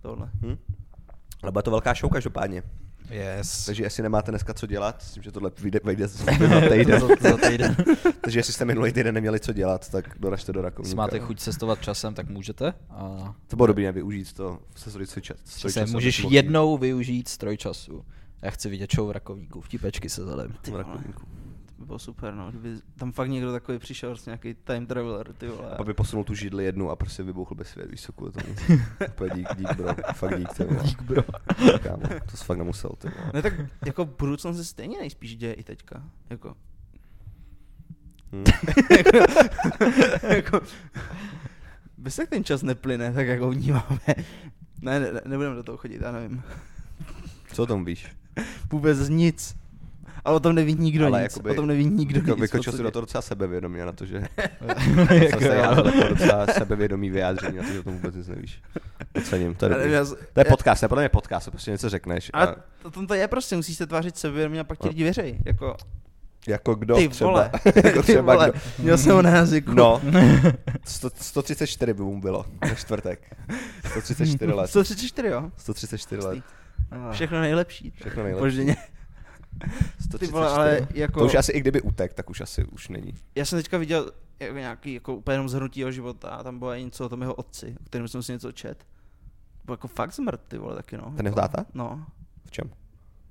Speaker 3: tohle.
Speaker 1: Hm? Ale bude to velká show každopádně.
Speaker 2: Yes.
Speaker 1: Takže jestli nemáte dneska co dělat, myslím, že tohle vyjde, vejde za,
Speaker 2: No,
Speaker 1: za týden.
Speaker 2: za, za týden.
Speaker 1: Takže jestli jste minulý týden neměli co dělat, tak doražte do
Speaker 2: Jestli
Speaker 1: Rakovníka.
Speaker 2: máte chuť cestovat časem, tak můžete. A
Speaker 1: To bylo dobrý nevyužít to, se zrodit svůj čas. svůj
Speaker 2: se
Speaker 1: čas a
Speaker 2: můžeš
Speaker 1: svůj čas.
Speaker 2: jednou využít stroj času. Já chci vidět show v Rakovníku, vtipečky se zadem.
Speaker 3: Ty
Speaker 1: V
Speaker 3: vole,
Speaker 1: Rakovníku.
Speaker 3: to by bylo super, no, kdyby tam fakt někdo takový přišel, prostě nějaký time traveler, ty vole.
Speaker 1: A pak by posunul tu židli jednu a prostě vybouchl by svět, víš co, kvůli tomu. Úplně dík, dík, bro. Fakt dík, ty vole.
Speaker 2: Dík, bro.
Speaker 1: Kámo, to jsi fakt nemusel, ty vole.
Speaker 3: Ne, tak jako budoucnost se stejně nejspíš děje i teďka, jako.
Speaker 1: Hm.
Speaker 3: jako bez jak ten čas neplyne, tak jak ho vnímáme. Ne, ne, ne, nebudeme do toho chodit, já nevím.
Speaker 1: Co o tom víš?
Speaker 3: Vůbec nic. Ale o tom neví nikdo
Speaker 1: Ale
Speaker 3: nic.
Speaker 1: jakoby-
Speaker 3: o tom neví nikdo
Speaker 1: Vyko-
Speaker 3: nic.
Speaker 1: Vykočil
Speaker 3: v
Speaker 1: si do toho
Speaker 3: podstatě.
Speaker 1: docela sebevědomě na to, že...
Speaker 2: Jako
Speaker 1: Zase já
Speaker 2: jo.
Speaker 1: to jako docela sebevědomý vyjádření, na to, že o tom vůbec nic nevíš. Ocením, to je
Speaker 3: Já nevím,
Speaker 1: dobrý.
Speaker 3: já z-
Speaker 1: To je
Speaker 3: já-
Speaker 1: podcast, to je podle mě podcast, to prostě něco řekneš. A...
Speaker 3: Ale to, to, to je prostě, musíš se tvářit sebevědomě a pak ti
Speaker 1: No.
Speaker 3: lidi věří. Jako,
Speaker 1: Jako kdo
Speaker 3: Ty
Speaker 1: třeba.
Speaker 3: vole.
Speaker 1: jako
Speaker 3: Ty
Speaker 1: třeba
Speaker 3: vole,
Speaker 1: kdo.
Speaker 3: měl jsem ho na jazyku.
Speaker 1: No, 100, 134 by mu bylo na čtvrtek. 134 let.
Speaker 3: 134, jo?
Speaker 1: 134 let.
Speaker 3: Všechno nejlepší.
Speaker 1: No. Všechno nejlepší.
Speaker 3: Požděně. Ty vole, ale jako...
Speaker 1: To už asi i kdyby utek, tak už asi už není.
Speaker 3: Já jsem teďka viděl jako nějaký jako úplně jenom zhrnutí jeho života a tam bylo i něco o tom jeho otci, o kterém jsem si něco čet. Byl jako fakt smrt, ty vole, taky no.
Speaker 1: Ten jeho táta?
Speaker 3: No.
Speaker 1: V čem?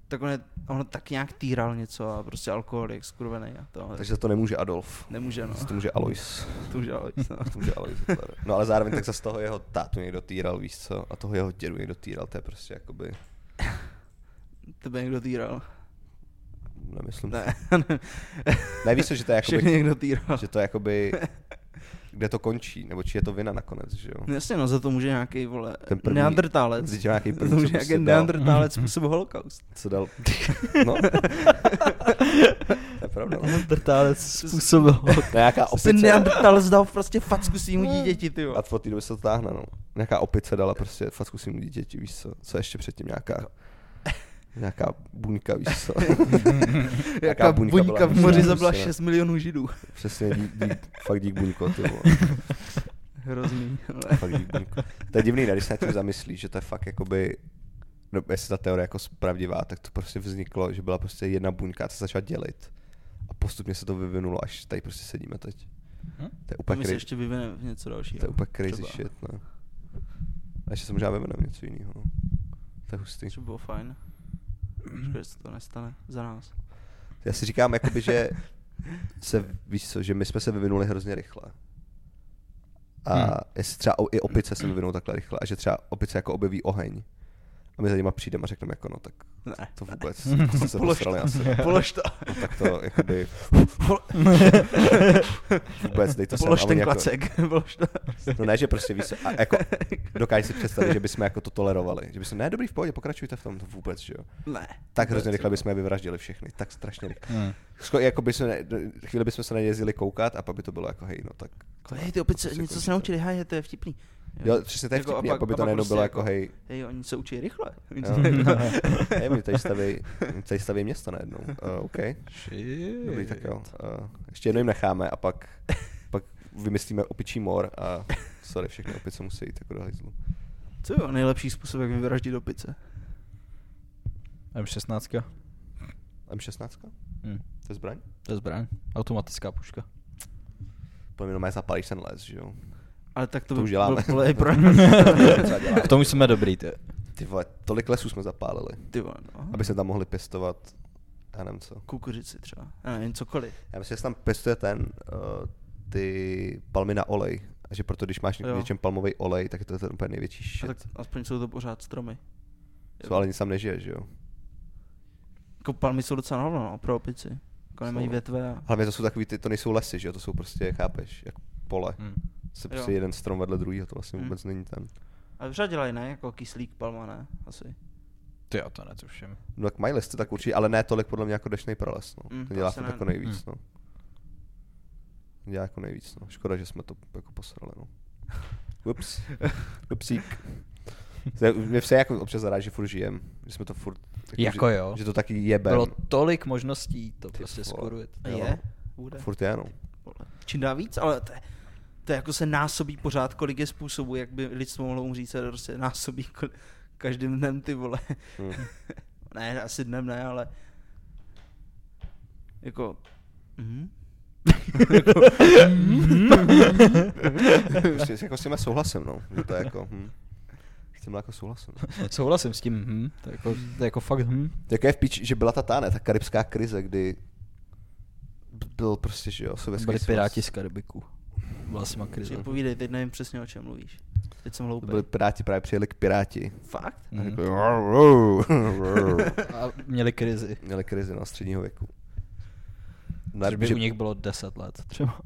Speaker 3: Tak on, je, on tak nějak týral něco a prostě alkoholik, skurvený a to.
Speaker 1: Takže za to nemůže Adolf.
Speaker 3: nemůže, no.
Speaker 1: Za to může Alois.
Speaker 3: To už ale, no.
Speaker 1: Za to může Alois Hitler. No ale zároveň tak zase toho jeho tátu někdo týral, víš co? A toho jeho dědu někdo týral, to je prostě jakoby...
Speaker 3: Tebe někdo týral.
Speaker 1: Nemyslím. Ne.
Speaker 3: Ne,
Speaker 1: Nevíš co, že to je jakoby...
Speaker 3: všechny někdo týral.
Speaker 1: Že to je jakoby... Kde to končí, nebo či je to vina nakonec, že jo?
Speaker 3: No jasně, no za to může nějaký vole,
Speaker 1: Ten první-
Speaker 3: neandrtálec.
Speaker 1: Vždyť nějaký
Speaker 3: Za
Speaker 1: první,
Speaker 3: to může
Speaker 1: co prostě
Speaker 3: nějaký
Speaker 1: dal.
Speaker 3: neandrtálec způsob holokaust.
Speaker 1: Co dal? No. to je pravda. no.
Speaker 2: Drtálec způsobil.
Speaker 1: No, nějaká
Speaker 3: Prostě
Speaker 1: opice.
Speaker 3: neandrtálec dal prostě facku svýmu dítěti, ty vole.
Speaker 1: A od té doby se to táhne, no. Nějaká opice dala prostě facku svým dítěti, víš co? Co ještě předtím nějaká... Nějaká buňka, víš co?
Speaker 3: Jaká
Speaker 1: buňka byla
Speaker 3: buňka v
Speaker 1: hnusná,
Speaker 3: moři
Speaker 1: prostě,
Speaker 3: zabila
Speaker 1: no.
Speaker 3: 6 milionů židů.
Speaker 1: Přesně, dík, dík, fakt dík buňko, ty vole.
Speaker 3: Hrozný. ale-
Speaker 1: Fakt dík buňko. To je divný, ne? když se nad tím zamyslíš, že to je fakt jakoby... No, jestli ta teorie jako pravdivá, tak to prostě vzniklo, že byla prostě jedna buňka, co se začala dělit. A postupně se to vyvinulo, až tady prostě sedíme teď.
Speaker 2: Hm?
Speaker 1: To je úplně,
Speaker 3: Pak se
Speaker 1: crazy,
Speaker 3: ještě vyvine v něco dalšího.
Speaker 1: to je úplně crazy
Speaker 3: Třeba.
Speaker 1: shit, no. A ještě se možná vyvinem něco jiného, no. To je hustý.
Speaker 3: Třeba bylo fajn. Škoda, že se to nestane za nás.
Speaker 1: Já si říkám, jakoby, že se, víš co, že my jsme se vyvinuli hrozně rychle. A
Speaker 2: Hmm.
Speaker 1: hmm. jestli třeba o, i opice se vyvinou takhle rychle a že třeba opice jako objeví oheň a my za nima přijdeme a řekneme jako no tak
Speaker 3: Ne.
Speaker 1: to vůbec,
Speaker 2: Ne.
Speaker 1: to se
Speaker 3: Polož to.
Speaker 1: posrali asi.
Speaker 3: Polož to.
Speaker 1: No, tak to jakoby vůbec, dej to sem.
Speaker 3: Polož
Speaker 1: A oni
Speaker 3: ten
Speaker 1: jako-
Speaker 3: klacek. Polož to.
Speaker 1: No ne, že prostě víš, co, a jako dokážeš si představit, že bychom jako to tolerovali. Že bychom, ne, dobrý, v pohodě, pokračujte v tom, to vůbec, že jo.
Speaker 3: Ne.
Speaker 1: Tak
Speaker 3: Vůbec,
Speaker 1: hrozně rychle
Speaker 3: jo.
Speaker 1: bychom je vyvraždili všechny, tak strašně rychle.
Speaker 2: Hmm.
Speaker 1: Sko- jako by se ne, chvíli bychom se na ně jezdili koukat a pak by to bylo jako hej, no tak.
Speaker 3: To hej, ty opice,
Speaker 1: prostě
Speaker 3: něco
Speaker 1: končí
Speaker 3: se jako
Speaker 1: to.
Speaker 3: naučili, hej, to je vtipný.
Speaker 1: Jo, přesně to je
Speaker 3: Jako
Speaker 1: vtipný, a pak by to najednou bylo jako hej,
Speaker 3: Hej, oni se učí rychle. Oni
Speaker 1: jo,
Speaker 3: se- no,
Speaker 1: hej, my tady staví, my tady staví město najednou. Uh, OK,
Speaker 2: Shit.
Speaker 1: dobrý, tak jo. Uh, ještě jedno jim necháme a pak, pak vymyslíme opičí mor a sorry, všechny opice musí jít jako do hajzlu.
Speaker 3: Co jo, nejlepší způsob, jak vyvraždit opice?
Speaker 2: Hm, M16.
Speaker 1: M16?
Speaker 2: Hmm.
Speaker 1: To je zbraň?
Speaker 2: To je zbraň. Automatická puška.
Speaker 1: Podle mě normálně zapálíš ten les, že jo?
Speaker 3: Ale tak to,
Speaker 1: To
Speaker 3: by
Speaker 1: už děláme.
Speaker 3: bylo vole i pro
Speaker 1: Co
Speaker 3: nás.
Speaker 1: děláme?
Speaker 2: V tom už jsme dobrý, ty.
Speaker 1: Ty vole, tolik lesů jsme zapálili,
Speaker 3: Ty vole, no.
Speaker 1: aby se tam mohli pěstovat, já nevím co.
Speaker 3: Kukuřici třeba. Já nevím, cokoliv.
Speaker 1: Já myslím, že se tam pestuje ten, uh, ty palmy na olej. A že proto, když máš
Speaker 3: Jo.
Speaker 1: v něčem palmový olej, tak je to ten úplně největší
Speaker 3: A
Speaker 1: shit.
Speaker 3: tak aspoň jsou to pořád stromy.
Speaker 1: Co, ale nic tam nežije, že jo?
Speaker 3: Jako palmy jsou docela na hovno, no, pro opici. Jako nemají
Speaker 1: Jsou.
Speaker 3: větve a...
Speaker 1: Hlavně to jsou takový, ty, to nejsou lesy, že jo? To jsou prostě, chápeš, jak pole.
Speaker 2: Hmm.
Speaker 1: Se
Speaker 3: Jo.
Speaker 1: prostě jeden strom vedle druhého, to vlastně
Speaker 3: Hmm.
Speaker 1: vůbec není ten.
Speaker 3: A pořád dělají, ne? Jako kyslík palma, ne? Asi.
Speaker 2: Ty já to netuším.
Speaker 1: No tak mají lesy, tak určitě, ale ne tolik podle mě jako dešnej prales, no.
Speaker 3: Mm,
Speaker 1: Mm,
Speaker 3: to
Speaker 1: to dělá
Speaker 3: asi
Speaker 1: fakt
Speaker 3: ne.
Speaker 1: jako nejvíc, no.
Speaker 2: Mm.
Speaker 1: Dělá jako nejvíc, no. Škoda, že jsme to jako posrali, no. Ups. Upsík. Se- Mě se jako občas zará, že furt žijem, že jsme to furt...
Speaker 2: Jako
Speaker 1: že,
Speaker 2: jo.
Speaker 1: Že to taky jebe.
Speaker 2: Bylo tolik možností to
Speaker 1: Ty
Speaker 2: prostě
Speaker 1: vole.
Speaker 2: skurvit.
Speaker 3: A
Speaker 1: Jo.
Speaker 3: je? Bude.
Speaker 1: Furt je, no.
Speaker 3: Vole. Čím dá víc, ale to, je- to je jako se násobí pořád, kolik je způsobů, jak by lidstvo mohlo umřít, se prostě násobí kol- každým dnem ty vole.
Speaker 1: Hmm.
Speaker 3: ne, asi dnem ne, ale jako... Mhm.
Speaker 1: Prostě jako s tím souhlasem, no. Že to je jako... Hm. S tím jako souhlasem. No.
Speaker 2: Souhlasím s tím, hm, to je jako, to je jako fakt hm.
Speaker 1: Jak je v píči, že byla ta táne, ta karibská krize, kdy byl prostě, že jo, sovětský
Speaker 2: Byli
Speaker 1: svaz.
Speaker 2: piráti z Karibiku. Byla s krize.
Speaker 3: Že povídej, teď nevím přesně o čem mluvíš. Teď jsem
Speaker 1: To
Speaker 3: hloupý.
Speaker 1: byli piráti, právě přijeli k piráti.
Speaker 3: Fakt?
Speaker 1: A
Speaker 2: Mhm.
Speaker 1: řekli, "Rau, rau, rau."
Speaker 2: A měli krizi.
Speaker 1: Měli krizi no, středního věku.
Speaker 2: No, Což by
Speaker 1: že-
Speaker 2: u nich bylo 10 let třeba.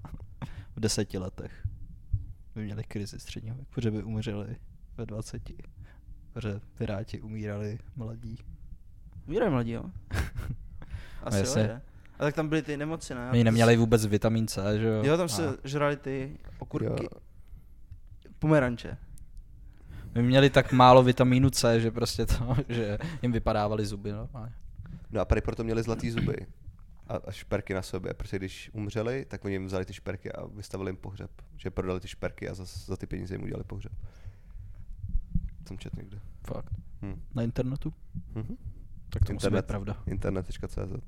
Speaker 2: V deseti letech. By měli krizi středního věku, protože by umřeli ve 20. Protože piráti umírali mladí.
Speaker 3: Umírají mladí, jo? Asi jo,
Speaker 2: jasně.
Speaker 3: že? A tak tam byly ty nemoci, ne?
Speaker 2: Oni neměli vůbec vitamin C, že jo?
Speaker 3: Jo, tam se
Speaker 2: A
Speaker 3: žrali ty okurky.
Speaker 1: Jo.
Speaker 3: Pomeranče.
Speaker 2: My měli tak málo vitamínu C, že prostě to, že jim vypadávaly zuby normálně.
Speaker 1: No a tady proto měli zlatý zuby. a, a šperky na sobě. Prostě když umřeli, tak oni jim vzali ty šperky a vystavili jim pohřeb. Že prodali ty šperky a za, za ty peníze jim udělali pohřeb. Jsem čet někde.
Speaker 2: Fakt.
Speaker 1: Hm.
Speaker 2: Na internetu?
Speaker 1: Mhm.
Speaker 2: Tak to musí
Speaker 1: Internet.
Speaker 2: být pravda.
Speaker 1: Internet.cz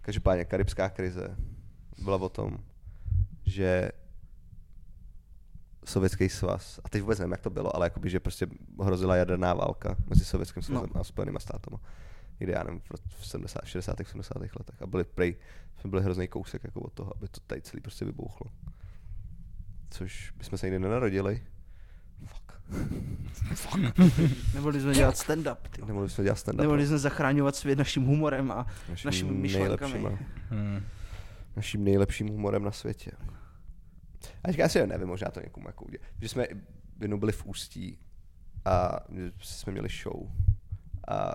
Speaker 1: Každopádně, karibská krize byla o tom, že Sovětský svaz, a teď vůbec nevím, jak to bylo, ale jakoby, že prostě hrozila jaderná válka mezi Sovětským svazem no. a Spojenýma státama. Někde, já nevím, v roce- v 70, v 60. 70. letech. A byli prej, jsme byli hrozný kousek jako od toho, aby to tady celý prostě vybouchlo. Což bychom se nikdy nenarodili. Fuck.
Speaker 3: Nemohli jsme dělat stand-up, ty. vole.
Speaker 1: Nemohli jsme dělat stand-up. no.
Speaker 3: Nemohli jsme zachraňovat svět naším humorem a našimi myšlenkami.
Speaker 1: nejlepšíma-
Speaker 2: Hmm.
Speaker 1: naším nejlepším humorem na světě. A teďka asi nevím, možná to někomu jako udělat. Že jsme jednou byli v Ústí a jsme měli show. A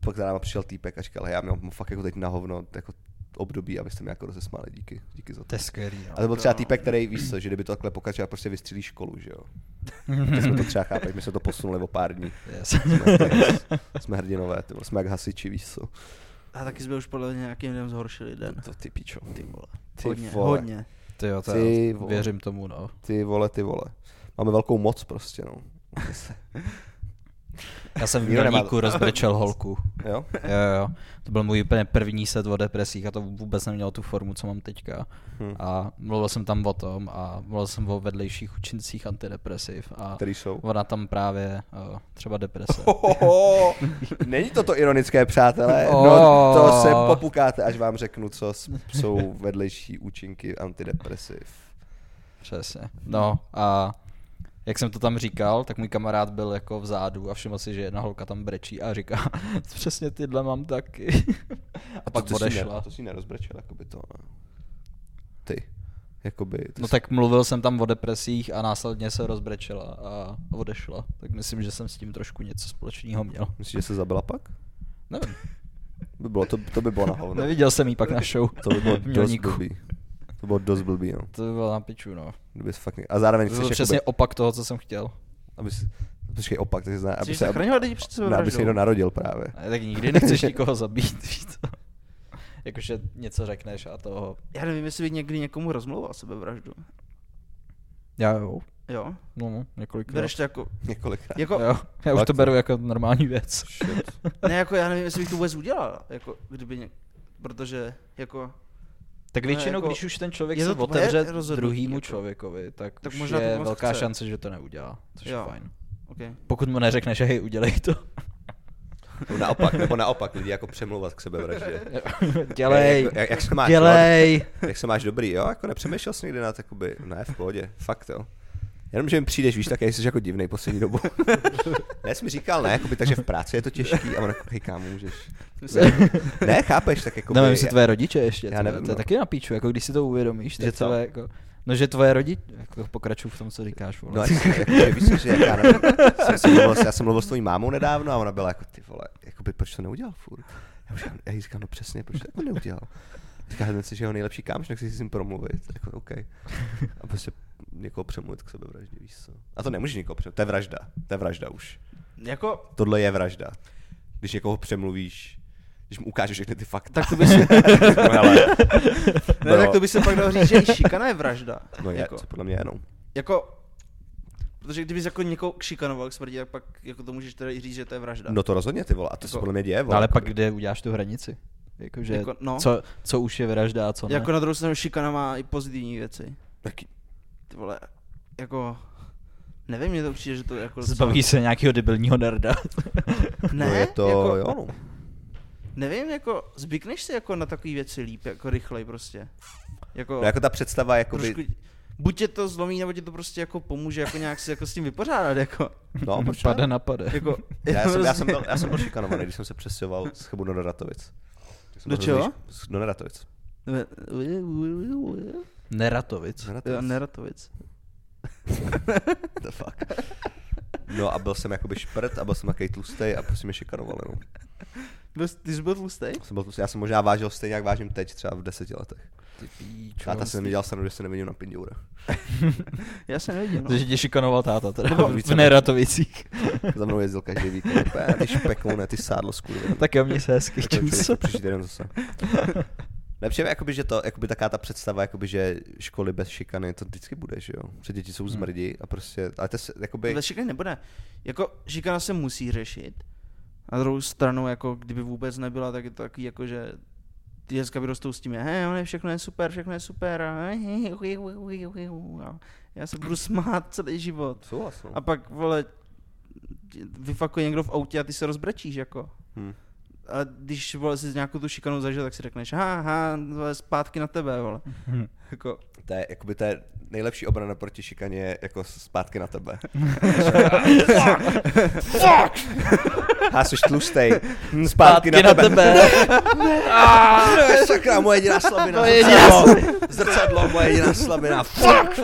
Speaker 1: pak za náma přišel týpek a říkal, "Hej, já mám fakt jako teď na hovno jako období, abyste mě jako rozesmáli, díky, díky za
Speaker 2: To
Speaker 1: to.
Speaker 2: je skvělý, no.
Speaker 1: A to byl třeba týpek, který víš co, že kdyby to takhle pokračoval, prostě vystřílí školu, že jo. My jsme to třeba chápali, my jsme to posunuli o pár dní.
Speaker 2: Yes.
Speaker 1: Jsme, jsme, jsme hrdinové, ty vole, jsme jak hasiči, víš co.
Speaker 3: A taky jsme už podle mě nějakým lidem zhoršili den.
Speaker 1: To ty pičo.
Speaker 3: Ty vole.
Speaker 1: Ty
Speaker 3: Hodně,
Speaker 1: vole.
Speaker 3: hodně.
Speaker 2: Ty jo, to
Speaker 1: Ty
Speaker 2: já
Speaker 1: vole.
Speaker 2: věřím tomu, no.
Speaker 1: Ty vole, ty vole. Máme velkou moc prostě, no.
Speaker 2: Já jsem v
Speaker 1: Nikdo nemá-
Speaker 2: Mělníku rozbrečel holku.
Speaker 1: Jo?
Speaker 2: Jo, jo, jo. To byl můj úplně první set o depresích a to vůbec nemělo tu formu, co mám teďka.
Speaker 1: Hm.
Speaker 2: A mluvil jsem tam o tom a mluvil jsem o vedlejších účincích antidepresiv a
Speaker 1: Který jsou?
Speaker 2: ona tam právě o, třeba deprese.
Speaker 1: Ohoho, není to to ironické, přátelé. No,
Speaker 2: Oh.
Speaker 1: to se popukáte, až vám řeknu, co s- jsou vedlejší účinky antidepresiv.
Speaker 2: Přesně. No a jak jsem to tam říkal, tak můj kamarád byl jako vzadu a všiml si, že jedna holka tam brečí a říká, přesně tyhle mám taky. A pak
Speaker 1: to Si ne,
Speaker 2: odešla.
Speaker 1: a to si nerozbrečel, jakoby to. ne? Ty. Jakoby, ty
Speaker 2: No
Speaker 1: jsi-
Speaker 2: tak mluvil jsem tam o depresích a následně se rozbrečela a odešla. Tak myslím, že jsem s tím trošku něco společného měl.
Speaker 1: Myslíš, že se zabila pak?
Speaker 2: Nevím.
Speaker 1: By bylo, to, to by bylo na hovno.
Speaker 2: Neviděl jsem jí pak na show.
Speaker 1: To by bylo
Speaker 2: v
Speaker 1: dost
Speaker 2: Mělníku.
Speaker 1: blbý. To bylo dost blbý, no.
Speaker 2: To by bylo na piču, no.
Speaker 1: Kdyby jsi fakt... A zároveň
Speaker 2: To byl
Speaker 1: chceš,
Speaker 3: jako
Speaker 2: přesně
Speaker 1: jakoby,
Speaker 2: opak toho, co jsem chtěl.
Speaker 1: aby jsi, Počkej, opak, takže zná, aby
Speaker 3: Chceš
Speaker 1: se, aby,
Speaker 3: zachraňovat lidi před sebou
Speaker 1: ne, aby se někdo narodil právě.
Speaker 2: Ne, tak nikdy nechceš nikoho zabít, víš to. Jakože něco řekneš a toho...
Speaker 3: Já nevím, jestli bych někdy někomu rozmlouval sebevraždu.
Speaker 2: Já jo.
Speaker 3: Jo?
Speaker 2: No, no, několik
Speaker 3: Bereš to jako,
Speaker 1: Několikrát.
Speaker 3: jako
Speaker 2: Jo, já už
Speaker 1: Fakt?
Speaker 2: to beru jako normální věc.
Speaker 1: Shit.
Speaker 3: ne jako já nevím, jestli bych to vůbec udělal, jako kdyby něk, protože jako,
Speaker 2: Tak
Speaker 3: Ne,
Speaker 2: většinou,
Speaker 3: jako-
Speaker 2: když už ten člověk
Speaker 3: je
Speaker 2: se
Speaker 3: to tvoje
Speaker 2: otevře
Speaker 3: rozhodnutí,
Speaker 2: druhýmu
Speaker 3: jako.
Speaker 2: člověkovi, tak,
Speaker 3: Tak
Speaker 2: tak už
Speaker 3: možná
Speaker 2: možná
Speaker 3: to
Speaker 2: je
Speaker 3: moc
Speaker 2: velká
Speaker 3: chce.
Speaker 2: chce. šance, že to neudělá, což
Speaker 3: Jo.
Speaker 2: je fajn.
Speaker 3: ok.
Speaker 2: Pokud mu neřekneš, že hej, udělej to.
Speaker 1: Nebo naopak, nebo naopak, lidi jako přemlouvat k sebevraždě.
Speaker 2: dělej,
Speaker 1: Jak- jak- jak se máš,
Speaker 2: dělej.
Speaker 1: Jak se máš dobrý, jo? Jako nepřemýšlel jsi někdy nad, jakoby, ne, v pohodě, fakt jo. Jenom, že mi přijdeš, víš, tak jsi jako divnej poslední dobou. ne, jsi mi říkal, ne, jakoby, takže v práci je to těžký a on jako, hej, kámo, můžeš. Ne, chápeš, tak jako.
Speaker 2: Nevím, jestli tvoje rodiče ještě,
Speaker 1: Já
Speaker 2: já
Speaker 1: nevím,
Speaker 2: nevím, to je
Speaker 1: no.
Speaker 2: taky na píču, jako když si to uvědomíš,
Speaker 1: Že
Speaker 2: že
Speaker 1: co?
Speaker 2: to jako, no že tvoje rodiče, jako pokračuj v tom, co říkáš, vole.
Speaker 1: No, jasně, jako, že víš, že jak já, nevím, jsem si mluvil, s- já jsem mluvil s tvojí mámou nedávno a ona byla jako, ty vole, jakoby, proč to neudělal furt? Já, už, já jí říkám, no přesně, proč to jako neudělal? Říká, vezme si, že jeho nejlepší kámoš, tak si s ním promluvit, jako OK. A prostě někoho přemluvit k sebevraždě, víš co. A to nemůžeš někoho přemluvit, to je vražda, to je vražda už.
Speaker 3: Jako,
Speaker 1: Tohle je vražda. Když někoho přemluvíš, když mu ukážeš všechny ty fakta. No,
Speaker 3: Tak to by si-
Speaker 1: Hele,
Speaker 3: ne, tak
Speaker 1: Bro.
Speaker 3: to by se pak dalo říct, že i šikana je vražda.
Speaker 1: No je,
Speaker 3: jako,
Speaker 1: jako. podle mě jenom.
Speaker 3: jako, protože kdybys jako někoho šikanoval k smrti, tak pak jako to můžeš teda i říct, že to je vražda.
Speaker 1: No to rozhodně ty vole, a to se
Speaker 3: Jako-
Speaker 1: podle mě děje.
Speaker 2: No,
Speaker 1: Vole.
Speaker 2: ale pak kde uděláš tu hranici? Jakože,
Speaker 3: Jako,
Speaker 2: jako,
Speaker 3: no.
Speaker 2: no. co, co už je vražda a co
Speaker 1: no.
Speaker 2: ne?
Speaker 3: jako na druhou stranu šikana má i pozitivní věci.
Speaker 1: Taky-
Speaker 3: Ty vole, jako, nevím, mě to přijde, že to jako...
Speaker 2: Zbaví se nějakého debilního nerda.
Speaker 3: Ne,
Speaker 1: no je to,
Speaker 3: jako,
Speaker 1: jo, no.
Speaker 3: Nevím, jako, zvykneš si jako na takové věci líp, jako rychlej prostě. Jako,
Speaker 1: no jako ta představa, jakoby,
Speaker 3: trošku, buď tě to zlomí, nebo tě to prostě jako pomůže jako nějak si jako s tím vypořádat, jako.
Speaker 1: no, proč
Speaker 2: Pade
Speaker 1: ne?
Speaker 2: na pade.
Speaker 3: jako
Speaker 1: já, jsem, já, jsem
Speaker 3: prostě-
Speaker 1: byl, já jsem byl šikanovaný, když jsem se přestěhoval z Chebu do Neratovic. Tak jsem
Speaker 3: Do
Speaker 1: byl
Speaker 3: čeho?
Speaker 1: hrozný š- Do Neratovic.
Speaker 2: Neratovic.
Speaker 1: Neratovic.
Speaker 3: Jo, Neratovic.
Speaker 1: The fuck. No a byl jsem jakoby šprt a byl jsem takový tlustej a prostě mě šikanovali, no.
Speaker 3: Byl, ty jsi byl tlustej?
Speaker 1: Jsem byl, tlustý. já jsem možná vážil stejně, jak vážím teď, třeba v deseti letech.
Speaker 2: Ty píčo.
Speaker 1: Táta se mi dělal stranu, že se nevidím na pindoura.
Speaker 3: Já se nevidím. No.
Speaker 2: Takže tě šikanoval táta teda
Speaker 1: No,
Speaker 2: v
Speaker 1: víceméně.
Speaker 2: Neratovicích.
Speaker 1: Za mnou jezdil každý víkend. Úplně, ty špekoune, ty sádlo skurvy.
Speaker 2: tak jo, měj se hezky, čus.
Speaker 1: Příští týden zase. Ne, přijde mi jakoby, že to, jakoby taká ta představa, jakoby, že školy bez šikany, to vždycky bude, že jo? Protože děti
Speaker 2: Hmm.
Speaker 1: jsou zmrdi a prostě, ale to je, jakoby,
Speaker 3: Ve šikany nebude. Jako šikana se musí řešit. Na druhou stranu, jako kdyby vůbec nebyla, tak je to takový, jako že ty dneska vyrostou s tím, hej, ale všechno je super, všechno je super. A, hej, hej, hej, uhuh, hej, hej, hej, a já se budu smát celý život.
Speaker 1: souhlas, no.
Speaker 3: A pak, vole, vyfakuje někdo v autě a ty se rozbrečíš, jako.
Speaker 1: Hm.
Speaker 3: A když, vole, si nějakou tu šikanu zažil, tak si řekneš, ha, ha, vole, zpátky na tebe, vole. Jako,
Speaker 1: To je, jakoby, to je nejlepší obrana proti šikaně je jako zpátky na tebe. Ha, jsi tlustej. Hm, Zpátky,
Speaker 2: Pátky na tebe.
Speaker 1: To je sakra, moje jediná slabina.
Speaker 2: To je jediná
Speaker 1: zrcadlo. Zrcadlo, moje jediná slabina. Fuck.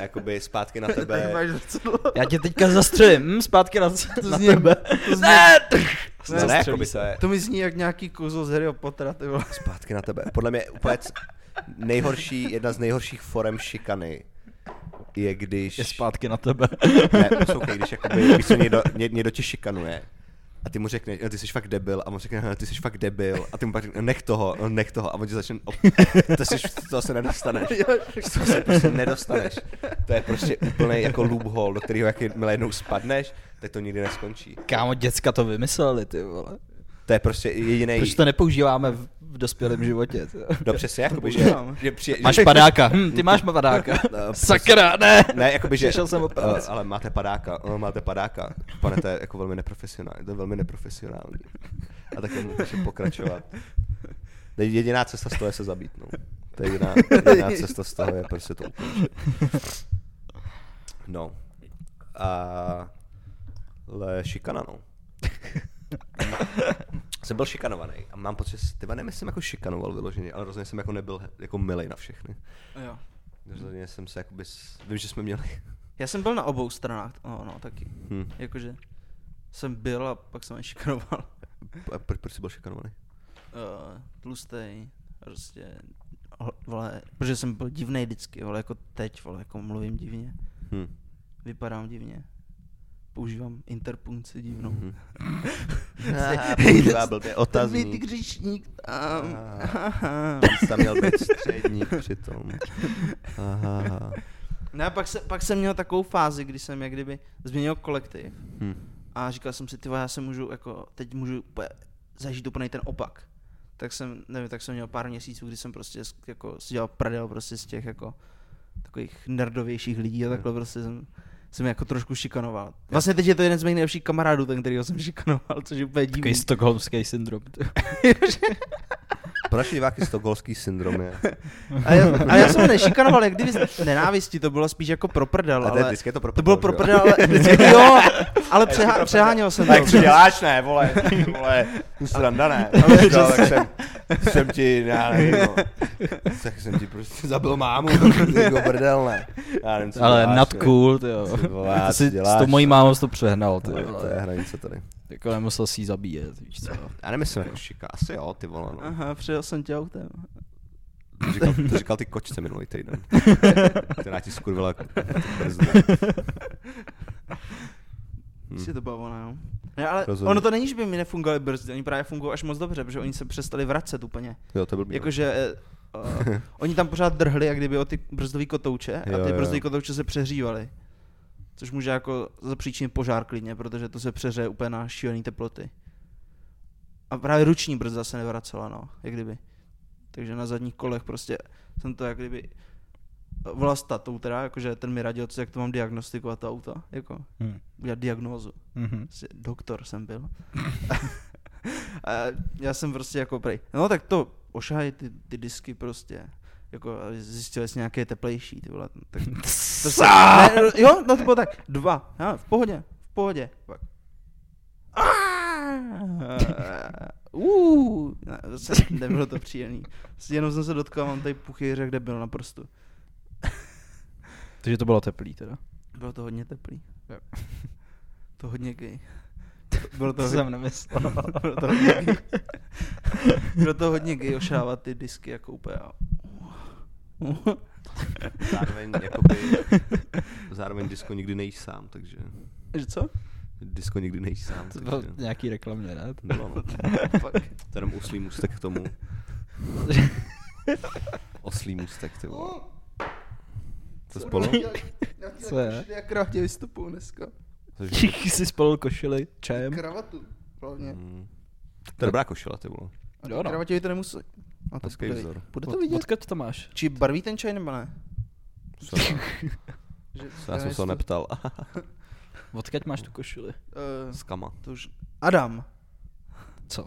Speaker 1: Jakoby zpátky na tebe.
Speaker 3: máš zrcadlo.
Speaker 2: Já tě teďka zastřelím, hm, zpátky na, na
Speaker 3: zní-
Speaker 2: tebe.
Speaker 3: to zní-
Speaker 2: Ne!
Speaker 1: No Ne, ne, jakoby to je
Speaker 3: To mi zní jak nějaký kouzlo z Harryho Pottera, ty vole.
Speaker 1: zpátky na tebe. Podle mě úplně c- nejhorší, jedna z nejhorších forem šikany je když...
Speaker 2: Je zpátky na tebe.
Speaker 1: Ne, poslouchej, když, jakoby, když se někdo, ně, někdo tě šikanuje a ty mu řekne, no, ty jsi fakt debil, a on řekne, no, ty jsi fakt debil, a ty mu pak řekne, nech toho, no, nech toho, a on ti začne, op- to, jsi, to se nedostaneš, z toho se prostě nedostaneš. To je prostě úplný jako loophole, do kterého jakmile jednou spadneš, tak to nikdy neskončí.
Speaker 2: Kámo, děcka to vymysleli, ty vole.
Speaker 1: To je prostě jediný.
Speaker 2: Proč to nepoužíváme v, v dospělém životě? ty?
Speaker 1: No přesně, jakoby, že,
Speaker 3: používám.
Speaker 1: že, při,
Speaker 2: Máš
Speaker 1: že,
Speaker 2: padáka, hm, ty máš padáka.
Speaker 1: No,
Speaker 2: Sakra, ne!
Speaker 1: Ne, jakoby, že...
Speaker 2: Přišel jsem o
Speaker 1: uh,
Speaker 2: peníze.
Speaker 1: ale máte padáka, uh, máte padáka. Pane, to je jako velmi neprofesionální, to je velmi neprofesionální. A tak jenom můžu pokračovat. To je Jediná cesta z toho je se zabít, no. To je jediná, jediná cesta z toho je prostě to ukončit. No. A... Ale šikana, no. Jsem byl šikanovaný a mám pocit, že tyba nevím, jestli jsem jako šikanoval vyloženě, ale rozhodně jsem jako nebyl jako milej na všechny.
Speaker 3: Jo.
Speaker 1: Rozhodně jsem se jakoby, s- vím, že jsme měli
Speaker 3: Já jsem byl na obou stranách, no, no taky.
Speaker 1: Hm.
Speaker 3: Jakože jsem byl a pak jsem je šikanoval.
Speaker 1: A pro, proč jsi byl šikanovaný?
Speaker 3: Uh, tlustej, prostě, ho- vole, protože jsem byl divnej vždycky, vole, jako teď, vole, jako mluvím divně,
Speaker 1: Hm.
Speaker 3: vypadám divně. Používám interpunkci divnou.
Speaker 1: Mhm.
Speaker 3: Mm-hmm.
Speaker 1: Ah,
Speaker 3: Hej,
Speaker 1: používá
Speaker 3: ten-
Speaker 1: blbě
Speaker 3: Ten
Speaker 1: otazník.
Speaker 3: mít hříšník tam.
Speaker 1: Ah.
Speaker 3: Aha.
Speaker 1: Ty jsi tam měl být střední přitom. Aha.
Speaker 3: Ne, No pak, se, pak jsem měl takovou fázi, kdy jsem jak kdyby změnil kolektiv
Speaker 1: Hm.
Speaker 3: a říkal jsem si, ty vole, já se můžu, jako, teď můžu úplně zažít úplně ten opak. Tak jsem, nevím, tak jsem měl pár měsíců, kdy jsem prostě s- jako si dělal prdel prostě z těch jako takových nerdovějších lidí a
Speaker 1: Hmm.
Speaker 3: takhle prostě jsem, jsem je jako trošku šikanoval. Vlastně teď je to jeden z mých nejlepších kamarádů, ten, kterýho jsem šikanoval, což je úplně divný.
Speaker 2: Takový stokholmský syndrom. ty.
Speaker 1: Pro naše diváky stokholský syndrom je.
Speaker 3: A já, a já jsem ho nešikanoval, jak kdyby z nenávisti, to bylo spíš jako pro prdel,
Speaker 1: A to je
Speaker 3: ale...
Speaker 1: vždycky je to pro
Speaker 3: To bylo pro
Speaker 1: prdel, že
Speaker 3: prdel, ale, jo, ale přehá, přeháněl jsem
Speaker 1: jo? Tak
Speaker 3: to.
Speaker 1: co děláš, ne, vole, ty vole, sranda ne. Ale no, tak jsem, jsem ti, já nevím, no. Tak jsem ti prostě zabil mámu, ty jako prdel, ne. Já nevím, co
Speaker 2: Ale
Speaker 1: děláš,
Speaker 2: not
Speaker 1: ne.
Speaker 2: cool, ty jo.
Speaker 1: Co děláš,
Speaker 2: To si
Speaker 1: co děláš,
Speaker 2: s tou mojí
Speaker 1: no.
Speaker 2: mámou jsi to přehnal, ty
Speaker 1: To je- To je
Speaker 2: vole.
Speaker 1: hranice tady.
Speaker 2: Jako nemusel si ji zabíjet, víš co.
Speaker 1: Já nemyslím jako šika, asi jo, ty vole, no.
Speaker 3: Aha, přijel jsem tě autem.
Speaker 1: To říkal, to říkal ty kočce minulý týden. Která ti skurvila brzdu. Hm.
Speaker 3: Hmm. Si to bylo ona, jo. Ne, ale
Speaker 1: Rozhodně.
Speaker 3: ono to není, že by mi nefungovaly brzdy, oni právě fungují až moc dobře, protože oni se přestali vracet úplně.
Speaker 1: Jo, to byl blbý. no.
Speaker 3: Jakože eh, eh, oni tam pořád drhli, jak kdyby o ty brzdový kotouče a
Speaker 1: Jo,
Speaker 3: ty
Speaker 1: jo.
Speaker 3: brzdový kotouče se přehřívaly. Což může jako zapříčinit požár klidně, protože to se přeře úplně na šílený teploty. A právě ruční brzda se nevracela, no, jak kdyby. Takže na zadních kolech prostě jsem to jak kdyby vlasta tou teda, jakože ten mi radil, co, jak to mám diagnostikovat to auto, jako
Speaker 2: Hm.
Speaker 3: udělat diagnózu.
Speaker 2: Mhm.
Speaker 3: Prostě doktor jsem byl. a já jsem prostě jako prej, no tak to ošahaj ty, ty disky prostě. Jako a zjistil jsi nějaké teplejší, ty vole. Tak, to se, ne, no, jo, no to bylo tak, dva, já, v pohodě, v pohodě. Pak. Uh, ne, prostě nebylo to příjemný. Prostě Jenom jsem se dotkal, mám tady puchyře, kde byl na prstu.
Speaker 2: Takže to bylo teplý teda.
Speaker 3: Bylo to hodně teplý.
Speaker 2: Jo.
Speaker 3: To hodně gay. bylo to,
Speaker 2: To
Speaker 3: hodně,
Speaker 2: jsem nemyslel.
Speaker 3: bylo to hodně gay. Bylo to hodně gay ošávat ty disky jako úplně. a-
Speaker 1: Zároveň, jakoby, zároveň disco nikdy nejíš sám, takže
Speaker 3: Že co?
Speaker 1: disco nikdy nejíš sám.
Speaker 2: To bylo
Speaker 1: Takže...
Speaker 2: nějaký reklamě, ne?
Speaker 1: Bylo, no.
Speaker 3: Fuck.
Speaker 1: To jenom oslý můstek k tomu. Oslý můstek, ty vole. To spolu?
Speaker 2: Co je?
Speaker 3: Já krátě vystupuju dneska.
Speaker 1: Takže...
Speaker 2: si spolil košili čajem.
Speaker 3: Kravatu, hlavně.
Speaker 1: Mm. To je dobrá košile, ty vole.
Speaker 3: A
Speaker 2: Jo,
Speaker 3: jo,
Speaker 2: no.
Speaker 3: no. kravatě by to nemusí. A to
Speaker 1: Hezký
Speaker 3: bude,
Speaker 1: vzor.
Speaker 3: bude to vidět.
Speaker 2: Odkud to máš?
Speaker 3: Či barví ten čaj nebo ne?
Speaker 1: Co já-
Speaker 3: Že,
Speaker 1: Co já jsem se ho neptal.
Speaker 2: Odkud máš tu košili?
Speaker 3: Uh,
Speaker 1: S kama.
Speaker 3: to už... Adam.
Speaker 2: Co?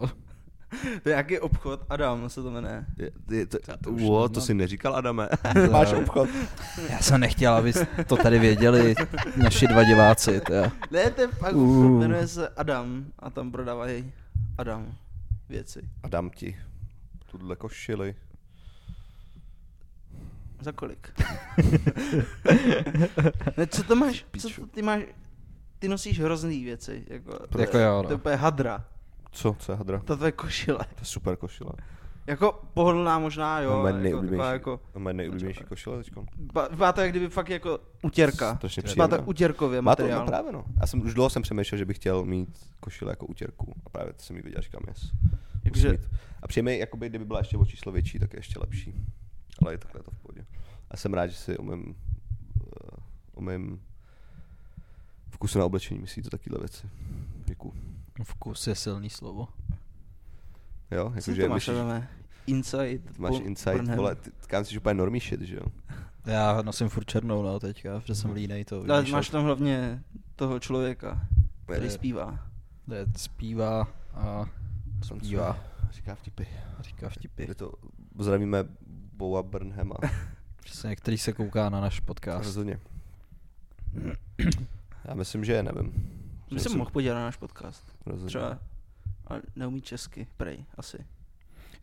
Speaker 3: To je nějaký obchod. Adam se to jmenuje.
Speaker 1: Je, je, to,
Speaker 2: Já
Speaker 1: to,
Speaker 2: to už
Speaker 1: wow, to
Speaker 2: neznám.
Speaker 1: si neříkal, Adame.
Speaker 2: To-
Speaker 1: Máš obchod.
Speaker 2: Já jsem nechtěl, aby to tady věděli naši dva diváci. Teda.
Speaker 3: Ne, to je fakt
Speaker 2: Uh.
Speaker 3: obchod. Jmenuje se Adam a tam prodávají Adam věci.
Speaker 1: A dám ti tuhle košili.
Speaker 3: Za kolik? ne, co to máš? Co to, ty máš? Ty nosíš hrozný věci. Jako, to,
Speaker 2: Jako
Speaker 3: je-
Speaker 2: jo, no.
Speaker 3: to je úplně hadra.
Speaker 1: Co, co je hadra?
Speaker 3: To je košile.
Speaker 1: To je super košile.
Speaker 3: Jako pohodlná možná, jo.
Speaker 1: moje
Speaker 3: ale jako, taková
Speaker 1: nejoblíbenější,
Speaker 3: jako,
Speaker 1: moje nejoblíbenější košile teďkon.
Speaker 3: Ba- Má to jak kdyby fakt jako utěrka.
Speaker 1: Strašně
Speaker 3: Má
Speaker 1: příjemná.
Speaker 3: to utěrkově
Speaker 1: Má to,
Speaker 3: materiál.
Speaker 1: no právě no. Já jsem už dlouho jsem přemýšlel, že bych chtěl mít košile jako utěrku. A právě to jsem mi viděl, říkám yes. Musím
Speaker 3: Takže
Speaker 1: mít. A přijeme, jakoby, kdyby byla ještě o číslo větší, tak je ještě lepší. Ale je takhle to v pohodě. A jsem rád, že si umím, uh, umím vkusu na oblečení, myslíte takovéhle věci. Děkuju.
Speaker 2: Vkus je silný slovo.
Speaker 1: Jo,
Speaker 3: co
Speaker 1: jakože
Speaker 3: to máš,
Speaker 1: Jako, myslíš,
Speaker 3: Adame? Insight.
Speaker 1: ty máš
Speaker 3: po-
Speaker 1: insight,
Speaker 3: Brnem.
Speaker 1: vole, ty, kám si, že úplně normý shit, že jo.
Speaker 2: Já nosím furt černou, no teďka, protože jsem línej to.
Speaker 3: Ale
Speaker 2: vidíš,
Speaker 3: máš
Speaker 2: jak-
Speaker 3: tam hlavně toho člověka, který
Speaker 2: Ne.
Speaker 3: zpívá.
Speaker 2: to je- Zpívá a
Speaker 1: Jsem
Speaker 2: zpívá.
Speaker 1: co- Říká vtipy.
Speaker 2: a Říká vtipy.
Speaker 1: Je to, zdravíme Boa Burnhama.
Speaker 2: Přesně, který se kouká na náš podcast.
Speaker 1: Rozhodně. Já myslím, že je, nevím.
Speaker 3: My se
Speaker 1: Myslím-
Speaker 3: mohl podívat na náš podcast.
Speaker 1: Rozhodně.
Speaker 3: Třeba ale neumí česky, prej, asi.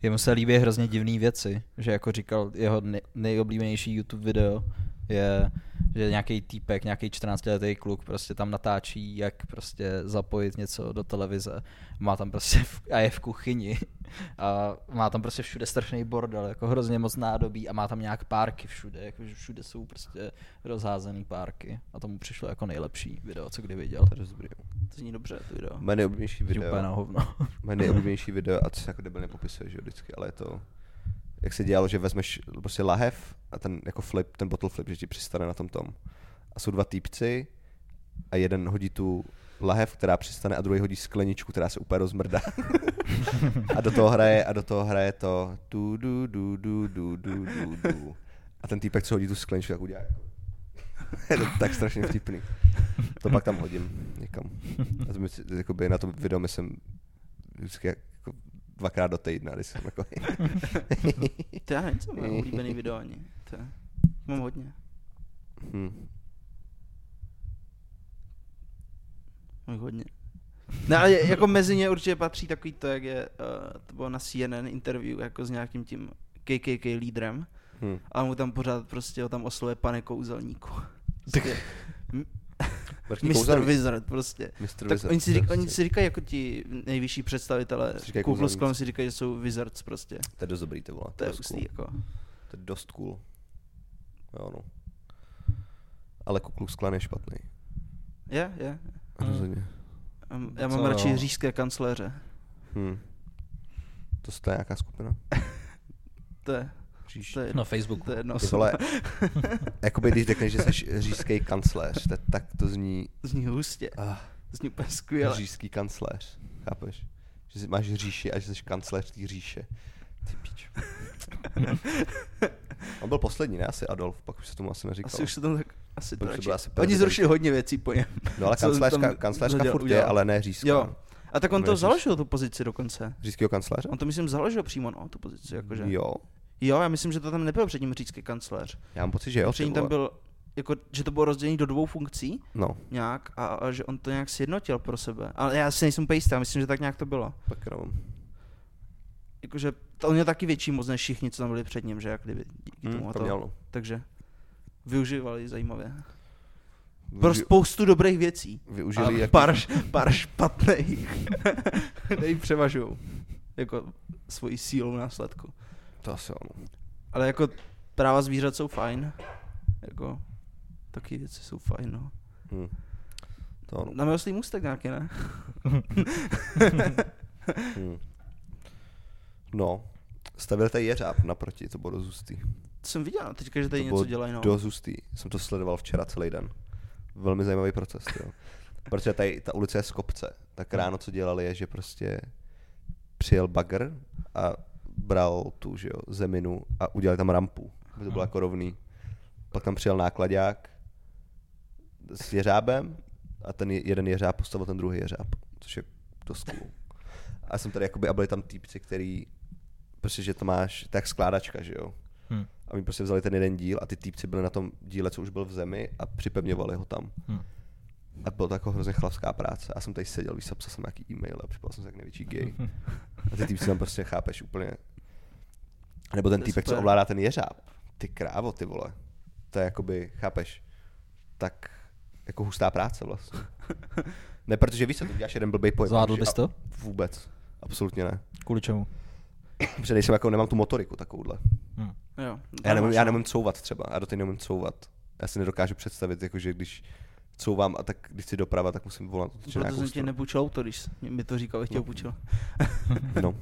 Speaker 2: Jemu se líbí hrozně divné věci, že jako říkal, jeho nej- nejoblíbenější YouTube video je, že nějaký týpek, nějaký 14-letý kluk prostě tam natáčí, jak prostě zapojit něco do televize. Má tam prostě v, a je v kuchyni a má tam prostě všude strašný bordel, jako hrozně moc nádobí a má tam nějak párky všude, jako že všude jsou prostě rozházený párky a tomu přišlo jako nejlepší video, co kdy viděl.
Speaker 1: To je dost dobrý.
Speaker 3: To zní dobře, to video.
Speaker 1: Mé nejoblíbenější
Speaker 2: Video. Úplně na
Speaker 1: video,
Speaker 2: hovno.
Speaker 1: mé nejoblíbenější video, a to se jako debilně popisuje, že jo, vždycky, ale je to, jak se dělalo, že vezmeš prostě lahev a ten jako flip, ten bottle flip, že ti přistane na tom tom. A jsou dva týpci a jeden hodí tu lahev, která přistane a druhý hodí skleničku, která se úplně rozmrdá. a do toho hraje, a do toho hraje to tu du du du du du du du. A ten týpek, co hodí tu skleničku, tak udělá jako. je to tak strašně vtipný. To pak tam hodím někam. A to mi, jakoby na tom videu myslím vždycky jako dvakrát do týdna, když jsem jako...
Speaker 3: To já nevím, co mám oblíbený video ani. To je- Mám hodně.
Speaker 1: Hm.
Speaker 3: Mám hodně. Ne, ale je- jako mezi ně určitě patří takový to, jak je, eh, to bylo na CNN interview jako s nějakým tím KKK lídrem.
Speaker 1: Hm.
Speaker 3: A mu tam pořád prostě ho tam osluje pane kouzelníku. Prostě, m-
Speaker 1: Vrchní
Speaker 3: Mr.
Speaker 1: kouzelník.
Speaker 3: Wizard prostě.
Speaker 1: Mr.
Speaker 3: Tak
Speaker 1: Wizard,
Speaker 3: oni si, řík,
Speaker 1: prostě.
Speaker 3: oni si říkají jako ti nejvyšší představitelé
Speaker 1: Si říkají
Speaker 3: Ku Klux Klanu
Speaker 1: kouzelníci.
Speaker 3: si říkají, že jsou wizards prostě.
Speaker 1: To je dost dobrý, ty vole.
Speaker 3: To je
Speaker 1: dost
Speaker 3: ústý jako.
Speaker 1: To je dost cool. Jo, no. Ale Ku Klux Klan je špatný.
Speaker 3: Je, je.
Speaker 2: Hmm.
Speaker 1: Rozhodně.
Speaker 3: Um, Já
Speaker 2: Co
Speaker 3: mám
Speaker 2: jo?
Speaker 3: radši říšské kancléře.
Speaker 1: Hm. To je nějaká skupina?
Speaker 3: To je,
Speaker 1: Říš.
Speaker 3: to je,
Speaker 2: Na Facebooku.
Speaker 3: to je jedno.
Speaker 1: Ty vole, jakoby když řekneš, že jsi říšský kancléř, tak, tak to zní
Speaker 3: Zní hustě,
Speaker 1: ah,
Speaker 3: zní úplně skvěle.
Speaker 1: říšský kancléř, chápeš? Že jsi, máš říši a že jsi kancléř té říše. Ty pič. On byl poslední, ne? Asi Adolf, pak už se tomu asi neříkalo.
Speaker 3: Asi už se tam tak, asi to
Speaker 1: Protože
Speaker 3: radši.
Speaker 1: byl asi
Speaker 3: Oni
Speaker 1: prezident.
Speaker 3: zrušili hodně věcí po něm.
Speaker 1: No ale
Speaker 3: co tam
Speaker 1: kancléřka, kancléřka
Speaker 3: udělal-
Speaker 1: furt je,
Speaker 3: udělal.
Speaker 1: ale ne říšská.
Speaker 3: Jo. A tak on
Speaker 1: Neříš.
Speaker 3: to založil tu pozici dokonce.
Speaker 1: Říšskýho kancléře?
Speaker 3: On to myslím založil přímo, no, tu pozici, jakože.
Speaker 1: Jo.
Speaker 3: Jo, já myslím, že to tam nebyl předtím říšský kancléř.
Speaker 1: Já mám pocit, že jo. ty
Speaker 3: Předtím tam
Speaker 1: vole.
Speaker 3: byl, jako, že to bylo rozdělení do dvou funkcí
Speaker 1: No,
Speaker 3: nějak a, a že on to nějak sjednotil pro sebe. Ale já si nejsem úplně jistý, já myslím, že tak nějak to bylo.
Speaker 1: tak jenom.
Speaker 3: Jakože to on měl taky větší moc než všichni, co tam byli před
Speaker 1: Hmm,
Speaker 3: Hmm, ním, že jak kdyby díky tomu
Speaker 1: Hm,
Speaker 3: a
Speaker 1: to
Speaker 3: to.
Speaker 1: mělo.
Speaker 3: Takže využívali zajímavě. Pro spoustu dobrých věcí.
Speaker 1: využili
Speaker 3: a
Speaker 1: jako...
Speaker 3: pár, š- pár špatných. Tady převažují. Jako svojí sílou následku.
Speaker 1: To asi Hmm. ano.
Speaker 3: Ale jako práva zvířat jsou fajn. Jako taky věci jsou fajn, no.
Speaker 1: Hm. To ano.
Speaker 3: Na oslý můstek nějaký, ne?
Speaker 1: Hm. No, stavili tady jeřáb naproti, to bylo dost hustý.
Speaker 3: To jsem viděl teďka, že tady
Speaker 1: to
Speaker 3: něco
Speaker 1: bylo
Speaker 3: dělají, no.
Speaker 1: dost hustý. Jsem to sledoval včera celý den. Velmi zajímavý proces, jo. Protože tady ta ulice je z kopce, tak ráno co dělali je, že prostě přijel bagr a bral tu že jo, zeminu a udělali tam rampu, aby to bylo jako rovný. Pak tam přijel nákladák s jeřábem a ten je- jeden jeřáb postavil ten druhý jeřáb, což je dost cool. A jsem tady jakoby, a byli tam týpci, který, prostě, že to máš tak skládačka, že jo.
Speaker 2: Hm.
Speaker 1: A my prostě vzali ten jeden díl a ty týpci byli na tom díle, co už byl v zemi a připevňovali ho tam.
Speaker 2: Hm.
Speaker 1: A bylo to jako hrozně chlapská práce. A jsem tady seděl, víš, co, psal jsem nějaký e-mail a připadal jsem se jak největší gay. A ty týpci tam prostě chápeš úplně. Nebo ten
Speaker 3: To je
Speaker 1: týpek, co
Speaker 3: super.
Speaker 1: ovládá ten jeřáb. Ty krávo, ty vole. To je jakoby, chápeš, tak jako hustá práce vlastně. Ne, protože víš co, ty uděláš jeden blbý pojem.
Speaker 2: Zvládl
Speaker 1: že-
Speaker 2: bys
Speaker 1: a-
Speaker 2: to?
Speaker 1: Vůbec. Absolutně ne.
Speaker 2: Kvůli čemu?
Speaker 1: Protože nejsem jako, nemám tu motoriku takovouhle.
Speaker 2: Hm.
Speaker 3: Jo,
Speaker 1: Já nemůžu, já
Speaker 3: no.
Speaker 1: nemůžu couvat třeba, já do té nemůžu couvat. Já si nedokážu představit, jakože když couvám a tak když si doprava, tak musím volat. otočit na
Speaker 3: Proto jsem
Speaker 1: nějakou
Speaker 3: ti
Speaker 1: stranu.
Speaker 3: nepůjčil auto, když jsi mi to říkal, bych tě
Speaker 1: No.
Speaker 3: ho půjčil.
Speaker 1: No.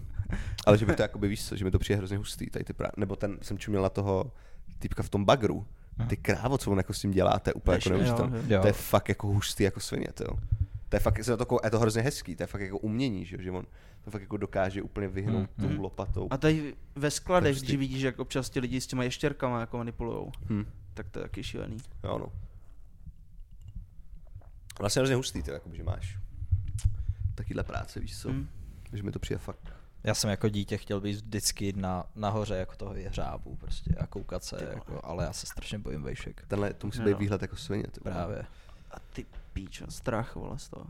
Speaker 1: Ale že by to jakoby, víš co, že mi to přijde hrozně hustý, tady ty prá... Nebo ten, jsem čuměl na toho typka v tom bagru. Ty krávo, co on jako s tím děláte, úplně jako
Speaker 3: Jo,
Speaker 1: neuvěřitelné.
Speaker 2: jo.
Speaker 1: To je fakt jako hustý jako svině, to jo. To je fakt, je to, jako, je to hrozně hezký, to je fakt jako umění, že, jo, že on to fakt jako dokáže úplně vyhnout
Speaker 2: Mhm.
Speaker 1: tou lopatou.
Speaker 3: A tady ve skladech,
Speaker 1: Prostě.
Speaker 3: když vidíš, jak občas ti lidi s těma ještěrkama jako manipulujou,
Speaker 1: Hm.
Speaker 3: tak to je taky šílený.
Speaker 1: Jo, no. Vlastně hrozně hustý, to jakoby, že máš takovýhle práce, víš co?
Speaker 3: Hmm.
Speaker 1: Hmm. Že mi to přijde fakt.
Speaker 2: Já jsem jako dítě chtěl být vždycky na, nahoře jako toho jeřábu prostě a koukat se, jako, ale já se strašně bojím vejšek.
Speaker 1: Tenhle, to musí
Speaker 3: Jo,
Speaker 1: být
Speaker 3: no.
Speaker 1: výhled jako svině. Ty. vole.
Speaker 2: Právě.
Speaker 3: A ty píčo, strach, vole, z toho.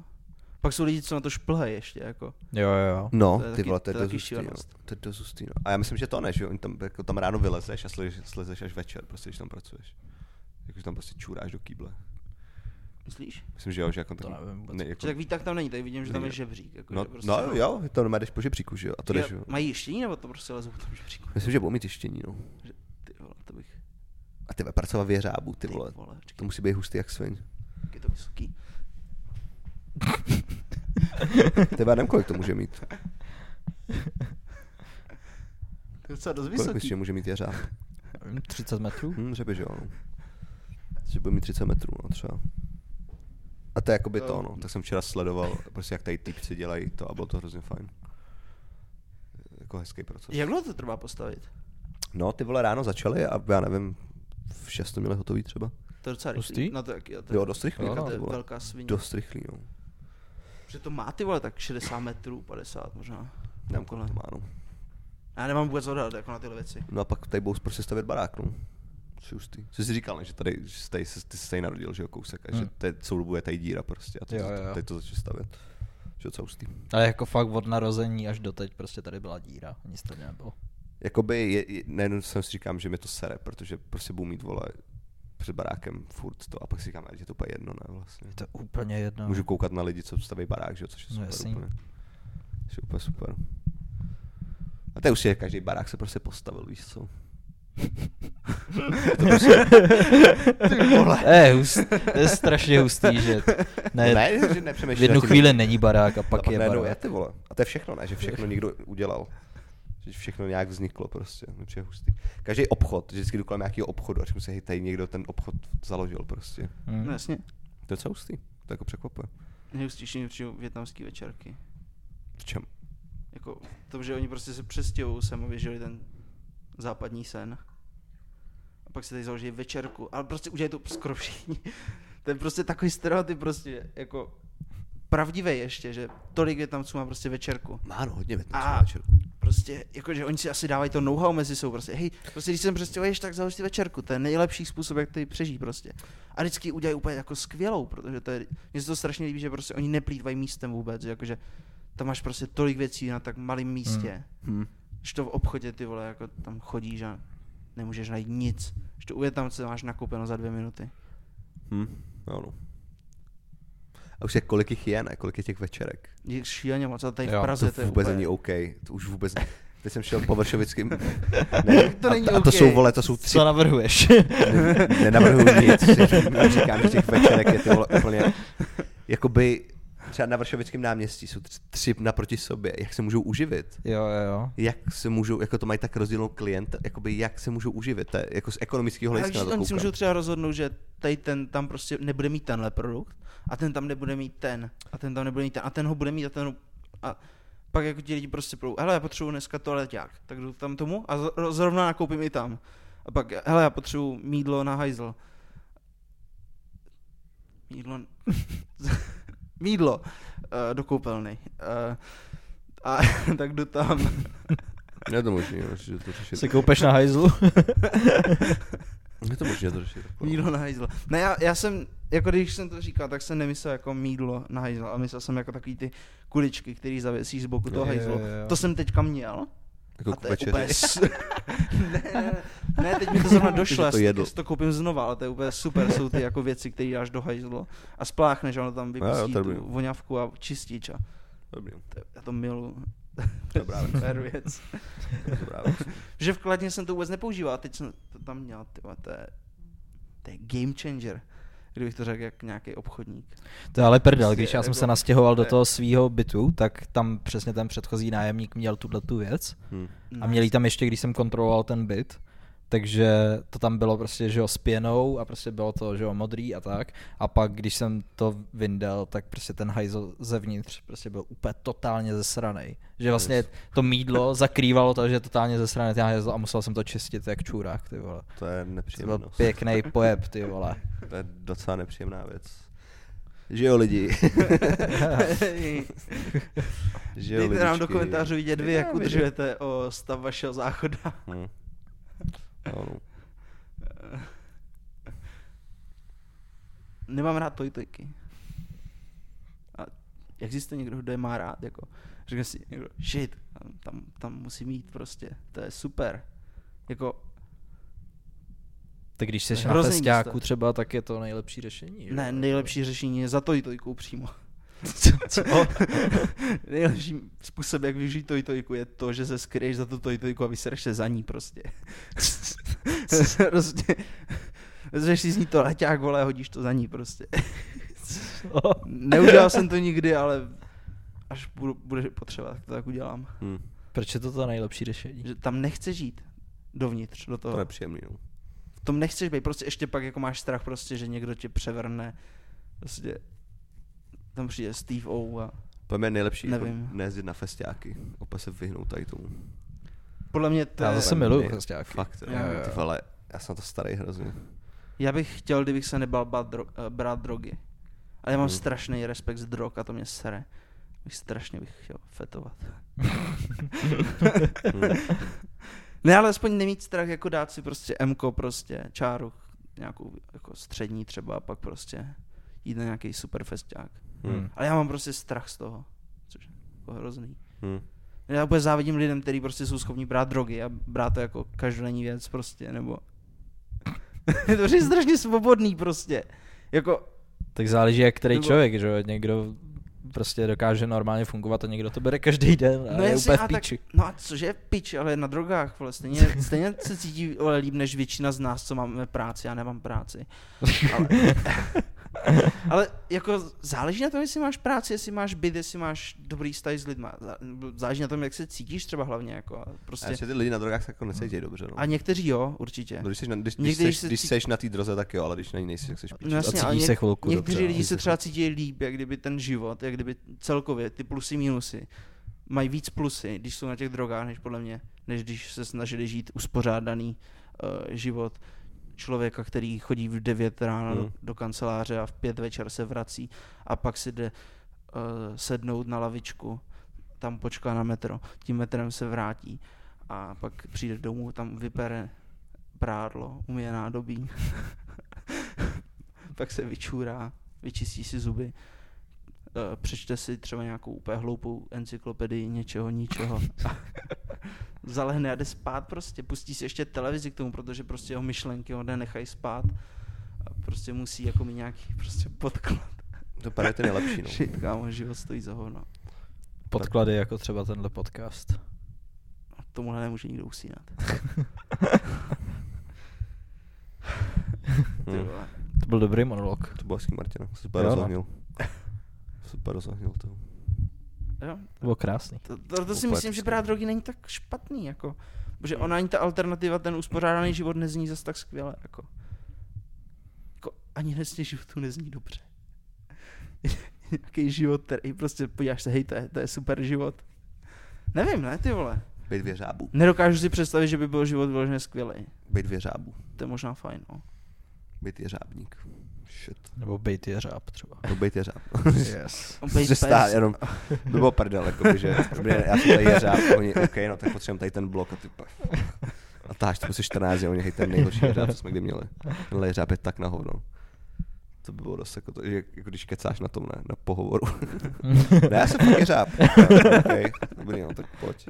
Speaker 3: Pak jsou lidi, co na to šplhají ještě, jako.
Speaker 2: Jo, jo, jo.
Speaker 1: No,
Speaker 3: To je
Speaker 1: ty
Speaker 3: taky-
Speaker 1: vole, to je
Speaker 3: to
Speaker 1: dost
Speaker 3: je taky
Speaker 1: hustý, no.
Speaker 3: šílenost.
Speaker 1: To je dost hustý, no. A já myslím, že to ne, že jo? Oni Tam, jako, tam ráno vylezeš a slezeš, slezeš až večer, prostě, když tam pracuješ. Jakože tam prostě čůráš do kýble.
Speaker 3: Myslíš?
Speaker 1: Myslím, že jo, že jako
Speaker 2: To
Speaker 1: tam,
Speaker 2: nevím vůbec.
Speaker 1: jako,
Speaker 3: Že tak výtah tam není, tady vidím, že tam je
Speaker 1: Není.
Speaker 3: žebřík. Jako,
Speaker 1: no,
Speaker 3: že prostě,
Speaker 1: no, jo, to normálně jdeš po žebříku, že jo? A to
Speaker 3: Je-
Speaker 1: jdeš, jo.
Speaker 3: Mají ještění, nebo to prostě lezou tam žebříku?
Speaker 1: Myslím, že budou mít ještění, no.
Speaker 3: Ty vole, to bych...
Speaker 1: A ty vole, pracovat věřábu, ty vole. To
Speaker 3: čekaj,
Speaker 1: musí být hustý jak svin.
Speaker 3: jak je to vysoký.
Speaker 1: Ty vole, nevím, kolik to může mít.
Speaker 3: To je docela dost
Speaker 1: Kolik myslíš,
Speaker 3: vysoký.
Speaker 1: že může mít jeřáb?
Speaker 2: Nevím, 30 metrů?
Speaker 1: Hm, řepy, že jo, no. Že bude mít 30 metrů, no třeba. A to je jakoby to,
Speaker 3: To-
Speaker 1: no. Tak jsem včera sledoval, prostě jak tady týpci dělají to a bylo to hrozně fajn. Jako hezký proces.
Speaker 3: Jak dlouho to trvá postavit?
Speaker 1: No, ty vole ráno začaly a já nevím, v 6 to měli hotový třeba.
Speaker 3: To je docela
Speaker 2: Hustý?
Speaker 3: rychlý. No to, je- jo, to, je-
Speaker 1: Jo, dost rychlý, no,
Speaker 2: Jo, no.
Speaker 3: to
Speaker 1: ty
Speaker 3: je
Speaker 1: vole.
Speaker 3: velká svině.
Speaker 1: Dost rychlý, no. jo.
Speaker 3: Že to má ty vole tak 60 metrů, 50 možná.
Speaker 1: Nevím,
Speaker 3: Takhle.
Speaker 1: kolik to má, no.
Speaker 3: Já nemám vůbec odhad jako na tyhle věci.
Speaker 1: No a pak tady budou prostě stavět barák, no. Jsi hustý. Jsi si říkal, ne, že tady, že jsi tady, se- ty jsi tady narodil, že jo, kousek, a že
Speaker 2: Hm.
Speaker 1: tady celou dobu je tady díra prostě a teď
Speaker 2: Jo,
Speaker 1: to,
Speaker 2: jo.
Speaker 1: tady to začne stavět. Že jo, co hustý.
Speaker 2: Ale jako fakt od narození až doteď prostě tady byla díra, nic tady nebylo.
Speaker 1: Jakoby, je, je, nejenom jsem si říkám, že mě to sere, protože prostě budu mít, vole, před barákem furt to a pak si říkám, že to úplně jedno, ne, vlastně.
Speaker 2: Je to úplně jedno.
Speaker 1: Můžu koukat na lidi, co staví barák, že jo, což je
Speaker 2: No
Speaker 1: super
Speaker 2: jasný.
Speaker 1: úplně. Což je úplně super. A to je už je, každý barák se prostě postavil, víš co.
Speaker 2: to prostě... Ty vole. Je, hust, to je strašně hustý, že ne,
Speaker 1: ne že
Speaker 2: v
Speaker 1: nepřemýšlíš.
Speaker 2: jednu
Speaker 1: nad tím,
Speaker 2: chvíli není barák a
Speaker 1: a
Speaker 2: pak je
Speaker 1: najednou
Speaker 2: barák.
Speaker 1: Je ty vole. A to je všechno, ne? Že všechno někdo udělal. Že všechno nějak vzniklo prostě, mi přijde hustý. Každý obchod, že vždycky jdu kolem nějakého obchodu a říkám si, hej, tady někdo ten obchod založil prostě.
Speaker 2: Hm.
Speaker 3: No jasně.
Speaker 1: To je docela hustý, to jako překvapuje.
Speaker 3: Nejhustější mi přijdu větnamský večerky.
Speaker 1: V čem?
Speaker 3: Jako v tom, že oni prostě se přestěhují sem a vyžili ten západní sen. A pak se tady založí večerku, ale prostě udělají to skoro všichni. to je prostě takový stereotyp prostě, jako pravdivý ještě, že tolik Větnamců má prostě večerku.
Speaker 1: Má no, hodně větnamců
Speaker 3: A-
Speaker 1: na večerku.
Speaker 3: Prostě, jakože oni si asi dávají to know-how mezi sebou, prostě, hej, prostě když sem přestěhuješ, tak založ si večerku, to je nejlepší způsob, jak ty přežít prostě. A vždycky ji udělají úplně jako skvělou, protože to je, mně se to strašně líbí, že prostě oni neplýtvají místem vůbec, že jakože tam máš prostě tolik věcí na tak malém místě. Hmm.
Speaker 1: Hm.
Speaker 3: Že to v obchodě ty vole, jako tam chodíš a nemůžeš najít nic. Že to u Větnamce máš nakoupeno za dvě minuty.
Speaker 1: Hm. Jo, no. A už je kolik jich je, ne? Kolik je těch večerek?
Speaker 3: Je šíleně moc, a tady
Speaker 2: Jo,
Speaker 3: v
Speaker 2: to
Speaker 3: Praze to
Speaker 1: to
Speaker 3: je
Speaker 1: vůbec
Speaker 3: úplně-
Speaker 1: není OK. To už vůbec... Teď jsem šel po Varšovickým.
Speaker 3: To není
Speaker 1: a, a, to
Speaker 3: OK.
Speaker 1: jsou, vole, to jsou tři
Speaker 2: Co navrhuješ?
Speaker 1: nenavrhuji nic, si říkám, že těch večerek je to vole úplně, jakoby třeba na Varšovickém náměstí jsou tři- tři naproti sobě, jak se můžou uživit?
Speaker 2: jo, jo, jo.
Speaker 1: Jak se můžou, jako to mají tak rozdílnou klient, jakoby jak se můžou uživit, to je jako z ekonomického
Speaker 3: Ale
Speaker 1: hlediska na
Speaker 3: když
Speaker 1: to
Speaker 3: oni si
Speaker 1: koukám.
Speaker 3: můžou třeba rozhodnout, že tady ten tam prostě nebude mít tenhle produkt a ten tam nebude mít ten a ten tam nebude mít ten a ten ho bude mít a ten ho- a pak jako ti lidi prostě půjdou, hele já potřebuji dneska toaleťák, tak jdu tam tomu a zro- zrovna nakoupím i tam. A pak, hele já potřebuji mídlo na hajzl. Mídlo, mídlo uh, do koupelny. Uh, a tak jdu tam.
Speaker 1: Je to možný, jo, že to řešit.
Speaker 2: Si koupeš na hajzlu?
Speaker 1: Je to možný to řešit.
Speaker 3: Mídlo na hajzl. Ne, já, já jsem, jako když jsem to říkal, tak jsem nemyslel jako mídlo na hajzl, ale myslel jsem jako takový ty kuličky, který zavěsíš z boku toho
Speaker 2: Jo,
Speaker 3: hajzlu.
Speaker 2: jo, jo.
Speaker 3: To jsem teďka měl.
Speaker 1: Jako
Speaker 3: a to je
Speaker 1: kupečeři.
Speaker 3: úplně... s- ne, ne, ne, ne, teď mi to zrovna došlo, já
Speaker 1: to
Speaker 3: si-
Speaker 1: jedl.
Speaker 3: já si to koupím znova, ale to je úplně super, jsou ty jako věci, které dáš do hajzlu a spláchneš, a ono tam
Speaker 1: No jo,
Speaker 3: vypustí
Speaker 1: to je
Speaker 3: tu
Speaker 1: dobrý.
Speaker 3: voňavku a čistič a
Speaker 1: Dobrý,
Speaker 3: to, já to miluju.
Speaker 1: Dobrá věc.
Speaker 3: Super věc.
Speaker 1: dobrá věc.
Speaker 3: Že v Kladně jsem to vůbec nepoužíval, a teď jsem to tam měl, ty vole, to je, to je game changer, kdybych to řekl jak nějaký obchodník.
Speaker 2: To je ale prdel,
Speaker 3: Prostě
Speaker 2: když já jsem
Speaker 3: jako-
Speaker 2: se nastěhoval do
Speaker 3: ne.
Speaker 2: toho svého bytu, tak tam přesně ten předchozí nájemník měl tuhle tu věc
Speaker 1: Hm.
Speaker 2: a měl ji tam ještě, když jsem kontroloval ten byt, takže to tam bylo prostě, že jo, s pěnou a prostě bylo to, že jo, modrý a tak a pak, když jsem to vyndal, tak prostě ten hajzl zevnitř prostě byl úplně totálně zesranej, že vlastně to mídlo zakrývalo to, že je totálně zesraný ten hajzl a musel jsem to čistit jak čurák, ty vole.
Speaker 1: To je
Speaker 2: To byl
Speaker 1: nepříjemnost.
Speaker 2: pěkný pojeb, ty vole.
Speaker 1: To je docela nepříjemná věc. Že jo lidi. že jo
Speaker 3: Dejte nám do
Speaker 1: lidičky.
Speaker 3: komentářů vidět vy,
Speaker 1: Dejte
Speaker 3: jak
Speaker 1: nám vidět.
Speaker 3: udržujete o stav vašeho záchoda.
Speaker 1: Hm. No, no.
Speaker 3: Nemám rád tojtojky. A existuje někdo, kdo je má rád, jako. Řekne si někdo, shit, tam, tam musí mít prostě, to je super. Jako,
Speaker 2: Tak když jsi
Speaker 3: To je
Speaker 2: na
Speaker 3: hrozný
Speaker 2: festiáku
Speaker 3: místo.
Speaker 2: třeba, tak je to nejlepší řešení. že
Speaker 3: ne,
Speaker 2: jo?
Speaker 3: nejlepší řešení je za tojtojkou přímo.
Speaker 2: Co?
Speaker 3: nejlepší způsob, jak využít tojtojku, je to, že se skryješ za tu tojtojku a vysereš se za ní prostě. prostě. Vezmeš si z ní to leťák, vole, a hodíš to za ní prostě.
Speaker 2: Co?
Speaker 3: Neudělal jsem to nikdy, ale až budu, bude potřeba, tak to tak udělám.
Speaker 1: Hm.
Speaker 2: Proč je to to nejlepší řešení?
Speaker 3: Že tam nechceš žít dovnitř do
Speaker 1: To
Speaker 3: toho.
Speaker 1: je příjemný, no.
Speaker 3: V tom nechceš být, prostě ještě pak jako máš strach prostě, že někdo tě převrne. Prostě tam přijde Steve O a
Speaker 1: Podle mě je nejlepší
Speaker 3: Nevím.
Speaker 1: Jako nejezdit na festiáky, opa se vyhnout tady tomu.
Speaker 3: podle mě to
Speaker 2: Já
Speaker 3: je-
Speaker 2: zase
Speaker 1: Úplně
Speaker 2: miluju
Speaker 1: nej-
Speaker 2: festiáky.
Speaker 1: Fakt, jo,
Speaker 3: Jo,
Speaker 2: jo.
Speaker 1: ty vole, já jsem na to starý hrozně.
Speaker 3: Já bych chtěl, kdybych se nebal bát dro- eh, brát drogy. Ale já mám
Speaker 1: Hmm.
Speaker 2: Mm.
Speaker 3: hmm. strašný respekt z drog a to mě sere. Bych strašně bych chtěl fetovat. ne, ale aspoň nemít strach jako dát si prostě Mko prostě, čáru, nějakou jako střední třeba a pak prostě jít na nějaký super festiák.
Speaker 1: Hm.
Speaker 3: Ale já mám prostě strach z toho, což je jako hrozný.
Speaker 1: Hm.
Speaker 3: Já úplně závidím lidem, kteří prostě jsou schopni brát drogy a brát to jako každodenní věc prostě, nebo... je to je strašně svobodný prostě. Jako,
Speaker 2: Tak záleží, jak který
Speaker 3: Nebo-
Speaker 2: člověk, že jo? Někdo prostě dokáže normálně fungovat a někdo to bere každý den a
Speaker 3: no
Speaker 2: je
Speaker 3: jestli,
Speaker 2: úplně v
Speaker 3: a tak,
Speaker 2: píči.
Speaker 3: no a cože je pič, ale na drogách, vole, stejně, stejně se cítí vole, líp než většina z nás, co máme práci, já nemám práci. Ale, ale jako záleží na tom, jestli máš práci, jestli máš byt, jestli máš dobrý vztah s lidma. Zá- Záleží na tom, jak se cítíš třeba hlavně, jako a
Speaker 1: A
Speaker 3: prostě.
Speaker 1: ještě ty lidi na drogách se jako necítí dobře, no.
Speaker 3: A někteří jo, určitě.
Speaker 1: No, Když jsi, na, když, když,
Speaker 3: Někdy, když
Speaker 1: seš,
Speaker 3: se
Speaker 1: když
Speaker 3: cí-
Speaker 1: seš na té droze, tak jo, ale když na ní nejsi, tak seš
Speaker 3: No
Speaker 1: píči.
Speaker 2: jasně,
Speaker 3: jasně,
Speaker 2: cítíš
Speaker 3: ale
Speaker 2: se chvilku
Speaker 3: někteří
Speaker 2: dobře, no.
Speaker 3: lidi se třeba cítí líp, jak kdyby ten život, jak kdyby celkově ty plusy minusy mají víc plusy, když jsou na těch drogách, než podle mě, než když se snažili žít uspořádaný uh, život člověka, který chodí v 9 ráno do,
Speaker 1: Hmm.
Speaker 3: do kanceláře a v 5 večer se vrací a pak si jde uh, sednout na lavičku, tam počká na metro, tím metrem se vrátí a pak přijde domů, tam vypere prádlo, umije nádobí, pak se vyčůrá, vyčistí si zuby, eh, přečte si třeba nějakou úplně hloupou encyklopedii něčeho, ničeho. A Zalehne a jde spát prostě, pustí si ještě televizi k tomu, protože prostě jeho myšlenky ho nenechají spát. A prostě musí jako mít nějaký prostě podklad.
Speaker 1: To právě ten nejlepší, no.
Speaker 3: Shit, kámo, život stojí za hovno.
Speaker 2: Podklady jako třeba tenhle podcast.
Speaker 3: Tomuhle nemůže nikdo usínat. Ty
Speaker 1: Hmm.
Speaker 3: vole.
Speaker 2: To byl dobrý monolog.
Speaker 1: To bylo hezký, Martina. Super
Speaker 2: Jo, no.
Speaker 1: rozohnil. Super rozohnil to.
Speaker 3: Jo,
Speaker 2: To bylo krásný.
Speaker 3: to, to, to si
Speaker 1: Úplně
Speaker 3: myslím, že
Speaker 1: přesně. Hmm.
Speaker 3: brát drogy není tak špatný, jako. Protože ona ani ta alternativa, ten uspořádaný život nezní zas tak skvěle, jako. jako ani vlastně životu nezní dobře. Nějaký život, který prostě podíváš se, hej, to je, to je super život. Nevím, ne, ty vole.
Speaker 1: Bejt věřábů.
Speaker 3: Nedokážu si představit, že by byl život vyloženě skvělý.
Speaker 1: Bejt věřábů.
Speaker 3: To je možná fajn, no.
Speaker 1: Bejt jeřábník. Shit.
Speaker 2: Nebo bejt jeřáb třeba.
Speaker 1: No bejt jeřáb.
Speaker 2: Yes.
Speaker 3: Bejt
Speaker 1: Že stá,
Speaker 3: pes.
Speaker 1: jenom, to bylo prdel, jakoby, že dobrý, já jsem tady jeřáb, a oni, OK, no tak potřebujeme tady ten blok a ty pa- a táž to prostě 14 a oni hej, ten nejhorší jeřáb, co jsme kdy měli. Tenhle jeřáb je tak na hovno. To by bylo dost jako to, že jako když kecáš na tom, ne, na pohovoru. ne, já jsem fakt jeřáb. OK, dobrý, no tak pojď.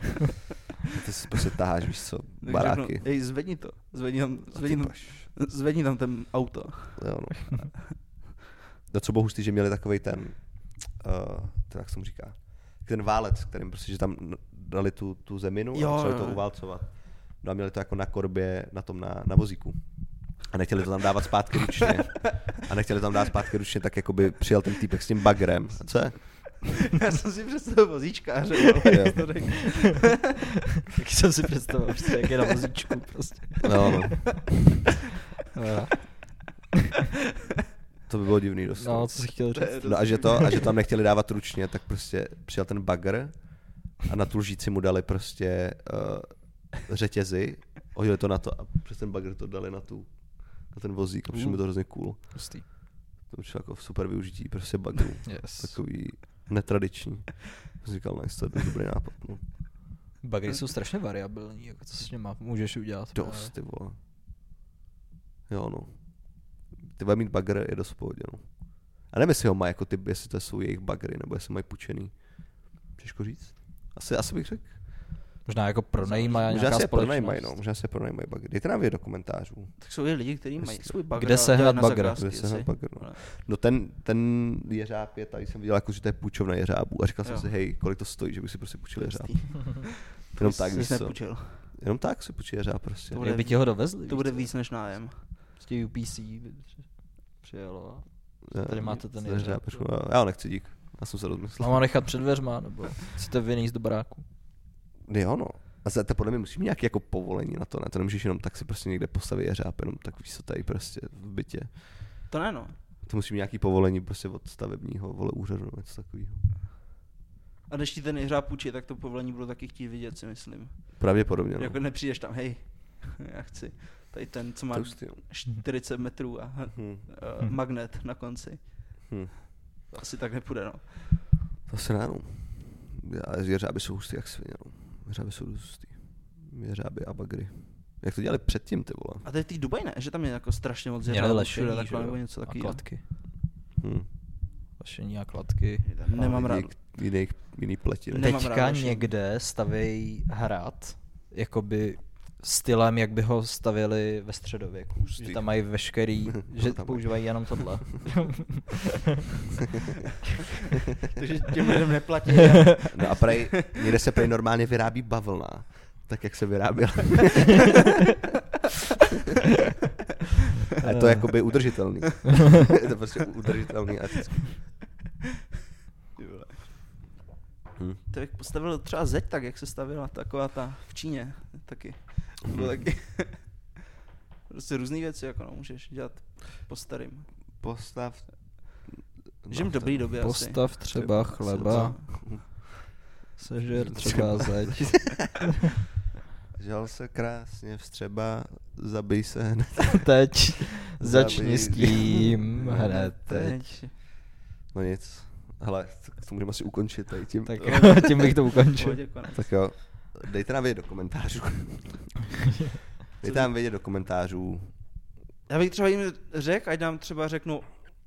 Speaker 1: Ty si prostě taháš, víš co,
Speaker 3: Tak
Speaker 1: baráky.
Speaker 3: řeknu, no, Ej, zvedni to. Zvedni tam,
Speaker 1: A ty
Speaker 3: zvedni tam,
Speaker 1: paš.
Speaker 3: zvedni tam ten auto.
Speaker 1: Jo, no. No co bylo hustý, že měli takový ten, uh, ten, jak se mu říká, ten válec, kterým prostě, že tam n- dali tu, tu zeminu
Speaker 3: Jo,
Speaker 1: a museli
Speaker 3: jo,
Speaker 1: to
Speaker 3: jo.
Speaker 1: uválcovat. No a měli to jako na korbě, na tom, na, na vozíku. A nechtěli to tam dávat zpátky ručně. A nechtěli tam dát zpátky ručně, tak jakoby přijel ten týpek s tím bagrem. A co je?
Speaker 3: Já jsem si představil vozíčkáře.
Speaker 1: Jo.
Speaker 3: jo. To řekl.
Speaker 2: Taky jsem si představoval, prostě, jak je na vozíčku prostě.
Speaker 1: No, no.
Speaker 2: No,
Speaker 1: To by bylo divný dost.
Speaker 2: no co jsi chtěl říct?
Speaker 1: No a že to, a že tam nechtěli dávat ručně, tak prostě přijel ten bagr a na tu lžíci mu dali prostě uh, řetězy, hodili to na to a přes ten bagr to dali na tu, na ten vozík a přišlo mi to hrozně cool.
Speaker 2: Hustý.
Speaker 1: To mi přišlo jako super využití prostě bagru.
Speaker 2: Yes.
Speaker 1: Takový netradiční. Jsem říkal, nice, to je dobrý nápad. No.
Speaker 3: Hmm.
Speaker 2: Bagry jsou strašně variabilní, jako co s nima můžeš udělat.
Speaker 1: Dost, ty vole. Jo, no. Ty vole, mít bagr je dost v pohodě, no. A nevím, jestli ho mají jako ty, jestli to jsou jejich bagry, nebo jestli mají půjčený. Těžko říct. Asi, asi bych řekl.
Speaker 2: Možná jako pronajímají
Speaker 1: Možná
Speaker 2: nějaká
Speaker 1: se je
Speaker 2: společnost.
Speaker 1: pronajmají, no. Možná se je pronajmají bagry. Dejte nám vědět do komentářů.
Speaker 3: Tak jsou i lidi, kteří mají
Speaker 1: Jasně.
Speaker 3: svůj bagr.
Speaker 2: Kde
Speaker 3: a
Speaker 2: sehnat
Speaker 3: dělají na
Speaker 2: bagr?
Speaker 3: zakázky,
Speaker 1: Kde sehnat
Speaker 3: jestli-
Speaker 1: bagr, no.
Speaker 3: Ale-
Speaker 1: No ten, ten jeřáb je tady, jsem viděl jako, že to je půjčovna jeřábů. A říkal jsem
Speaker 3: Jo.
Speaker 1: si, hej, kolik to stojí, že bych si prostě půjčil jeřáb.
Speaker 3: Jistý.
Speaker 1: Jenom
Speaker 3: Jsi-
Speaker 1: tak,
Speaker 3: jsi
Speaker 1: víš co.
Speaker 3: nepůjčil.
Speaker 1: Jenom tak si půjčil jeřáb prostě.
Speaker 3: To bude-
Speaker 2: Jak by ti ho dovezli?
Speaker 3: To bude víc než nájem.
Speaker 2: Prostě UPC by při- přijelo a
Speaker 1: Jo,
Speaker 3: Eh,
Speaker 2: tady máte ten
Speaker 1: jeřáb,
Speaker 2: jeřáb.
Speaker 1: trošku, jo. Já ho nechci, dík. Já jsem se rozmyslel.
Speaker 2: a má nechat před dveřma, nebo chcete vyníst do baráku.
Speaker 1: Jo, no. A za to podle mě musí mít nějaké jako povolení na to, ne? To nemůžeš jenom tak si prostě někde postavit jeřáb, jenom tak víš co tady prostě v bytě.
Speaker 3: To ne, no.
Speaker 1: To musí mít nějaký povolení prostě od stavebního vole úřadu nebo něco takového.
Speaker 3: A než ti ten jeřáb půjčí, tak to povolení budou taky chtít vidět, si myslím.
Speaker 1: Pravděpodobně, no.
Speaker 3: Jako nepřijdeš tam, hej, já chci tady ten, co má
Speaker 1: To už ty, jo.
Speaker 3: 40 metrů a uh,
Speaker 1: no. Hm.
Speaker 3: magnet na konci.
Speaker 1: Hm.
Speaker 3: To Asi tak nepůjde, no.
Speaker 1: To se ne, no. Já, jeřáby jsou hustý jak svině, no. Jeřáby jsou dost hustý. Jeřáby a bagry. Jak to dělali předtím, ty vole.
Speaker 3: A tady v té Dubaji ne, že tam je jako strašně moc
Speaker 2: Měli
Speaker 3: jeřábů
Speaker 2: lešení, že
Speaker 3: takhle,
Speaker 2: jo?
Speaker 3: nebo něco
Speaker 2: a
Speaker 3: takového.
Speaker 2: kladky.
Speaker 1: Hm.
Speaker 2: Lešení a kladky.
Speaker 3: Nemám rád.
Speaker 1: Jiný, jiný, jiný pleti, ne?
Speaker 3: Nemám rád
Speaker 2: Teďka
Speaker 3: lešení.
Speaker 2: někde stavějí hrad, jakoby stylem, jak by ho stavěli ve středověku. Že
Speaker 1: Hustý.
Speaker 2: tam mají veškerý,
Speaker 1: To
Speaker 2: že
Speaker 1: tam mají.
Speaker 2: používají jenom tohle.
Speaker 3: Takže těm lidem neplatí.
Speaker 1: No a prej, někde se prej normálně vyrábí bavlna. Tak jak se vyráběla. a je to je jakoby udržitelný. je to prostě udržitelný a etický.
Speaker 3: Ty vole.
Speaker 1: Hm.
Speaker 3: To jak postavil třeba zeď tak, jak se stavila taková ta v Číně taky. To bylo
Speaker 2: Mhm.
Speaker 3: taky. prostě různé věci, jako no, můžeš dělat po starým.
Speaker 1: Postav... No,
Speaker 3: Žijem v dobrý době asi.
Speaker 2: Postav třeba chleba, sežer třeba zeď.
Speaker 1: Žal se krásně, vstřeba, zabij se hned.
Speaker 2: Teď začni s
Speaker 1: Zabij.
Speaker 2: tím hned teď.
Speaker 1: No nic. Hele, tak to můžeme asi ukončit tady tím.
Speaker 2: Tak
Speaker 1: Tak,
Speaker 2: jo, tím bych to ukončil.
Speaker 3: Pohodě, konec.
Speaker 1: tak jo, dejte nám vědět do komentářů. dejte nám vědět do komentářů.
Speaker 3: Já bych třeba jim řekl, ať nám třeba řeknou,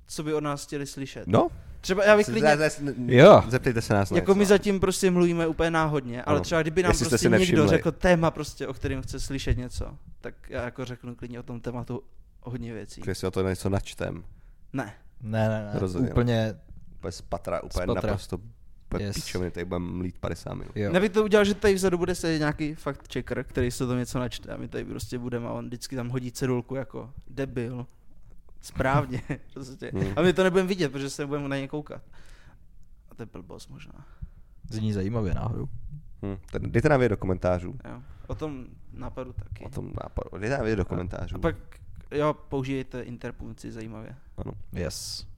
Speaker 3: co by od nás chtěli slyšet.
Speaker 1: No,
Speaker 3: Třeba já bych
Speaker 1: se-
Speaker 3: klidně,
Speaker 1: se- se-
Speaker 2: Jo.
Speaker 1: Zeptejte se nás. na
Speaker 3: jako
Speaker 1: něco.
Speaker 3: my zatím prostě mluvíme úplně náhodně, ale
Speaker 1: no. Ano.
Speaker 3: třeba kdyby nám
Speaker 1: Jestli jste
Speaker 3: prostě
Speaker 1: si
Speaker 3: někdo
Speaker 1: nevšimli.
Speaker 3: řekl téma prostě, o kterém chce slyšet něco, tak já jako řeknu klidně o tom tématu hodně věcí.
Speaker 1: Jestli o to něco načtem.
Speaker 3: Ne.
Speaker 2: Ne, ne, ne,
Speaker 1: Rozumím.
Speaker 2: úplně
Speaker 1: úplně z patra, úplně
Speaker 2: patra.
Speaker 1: naprosto úplně
Speaker 2: Yes.
Speaker 1: yes. píčoviny, tady budeme mlít 50 minut.
Speaker 2: Jo.
Speaker 3: Nebo to udělal, že tady vzadu bude sedět nějaký fakt checker, který se to něco načte a my tady prostě budeme a on vždycky tam hodí cedulku jako debil. Správně. prostě.
Speaker 1: Hmm.
Speaker 3: A my to nebudeme vidět, protože se nebudeme na ně koukat. A to je blbost možná.
Speaker 2: Zní zajímavě náhodou.
Speaker 1: Hm. tak Dejte nám vědět do komentářů.
Speaker 3: Jo. O tom nápadu taky.
Speaker 1: O tom nápadu. Dejte nám vědět do
Speaker 3: A
Speaker 1: komentářů.
Speaker 3: pak, jo, použijte interpunkci zajímavě.
Speaker 1: Ano.
Speaker 2: Yes.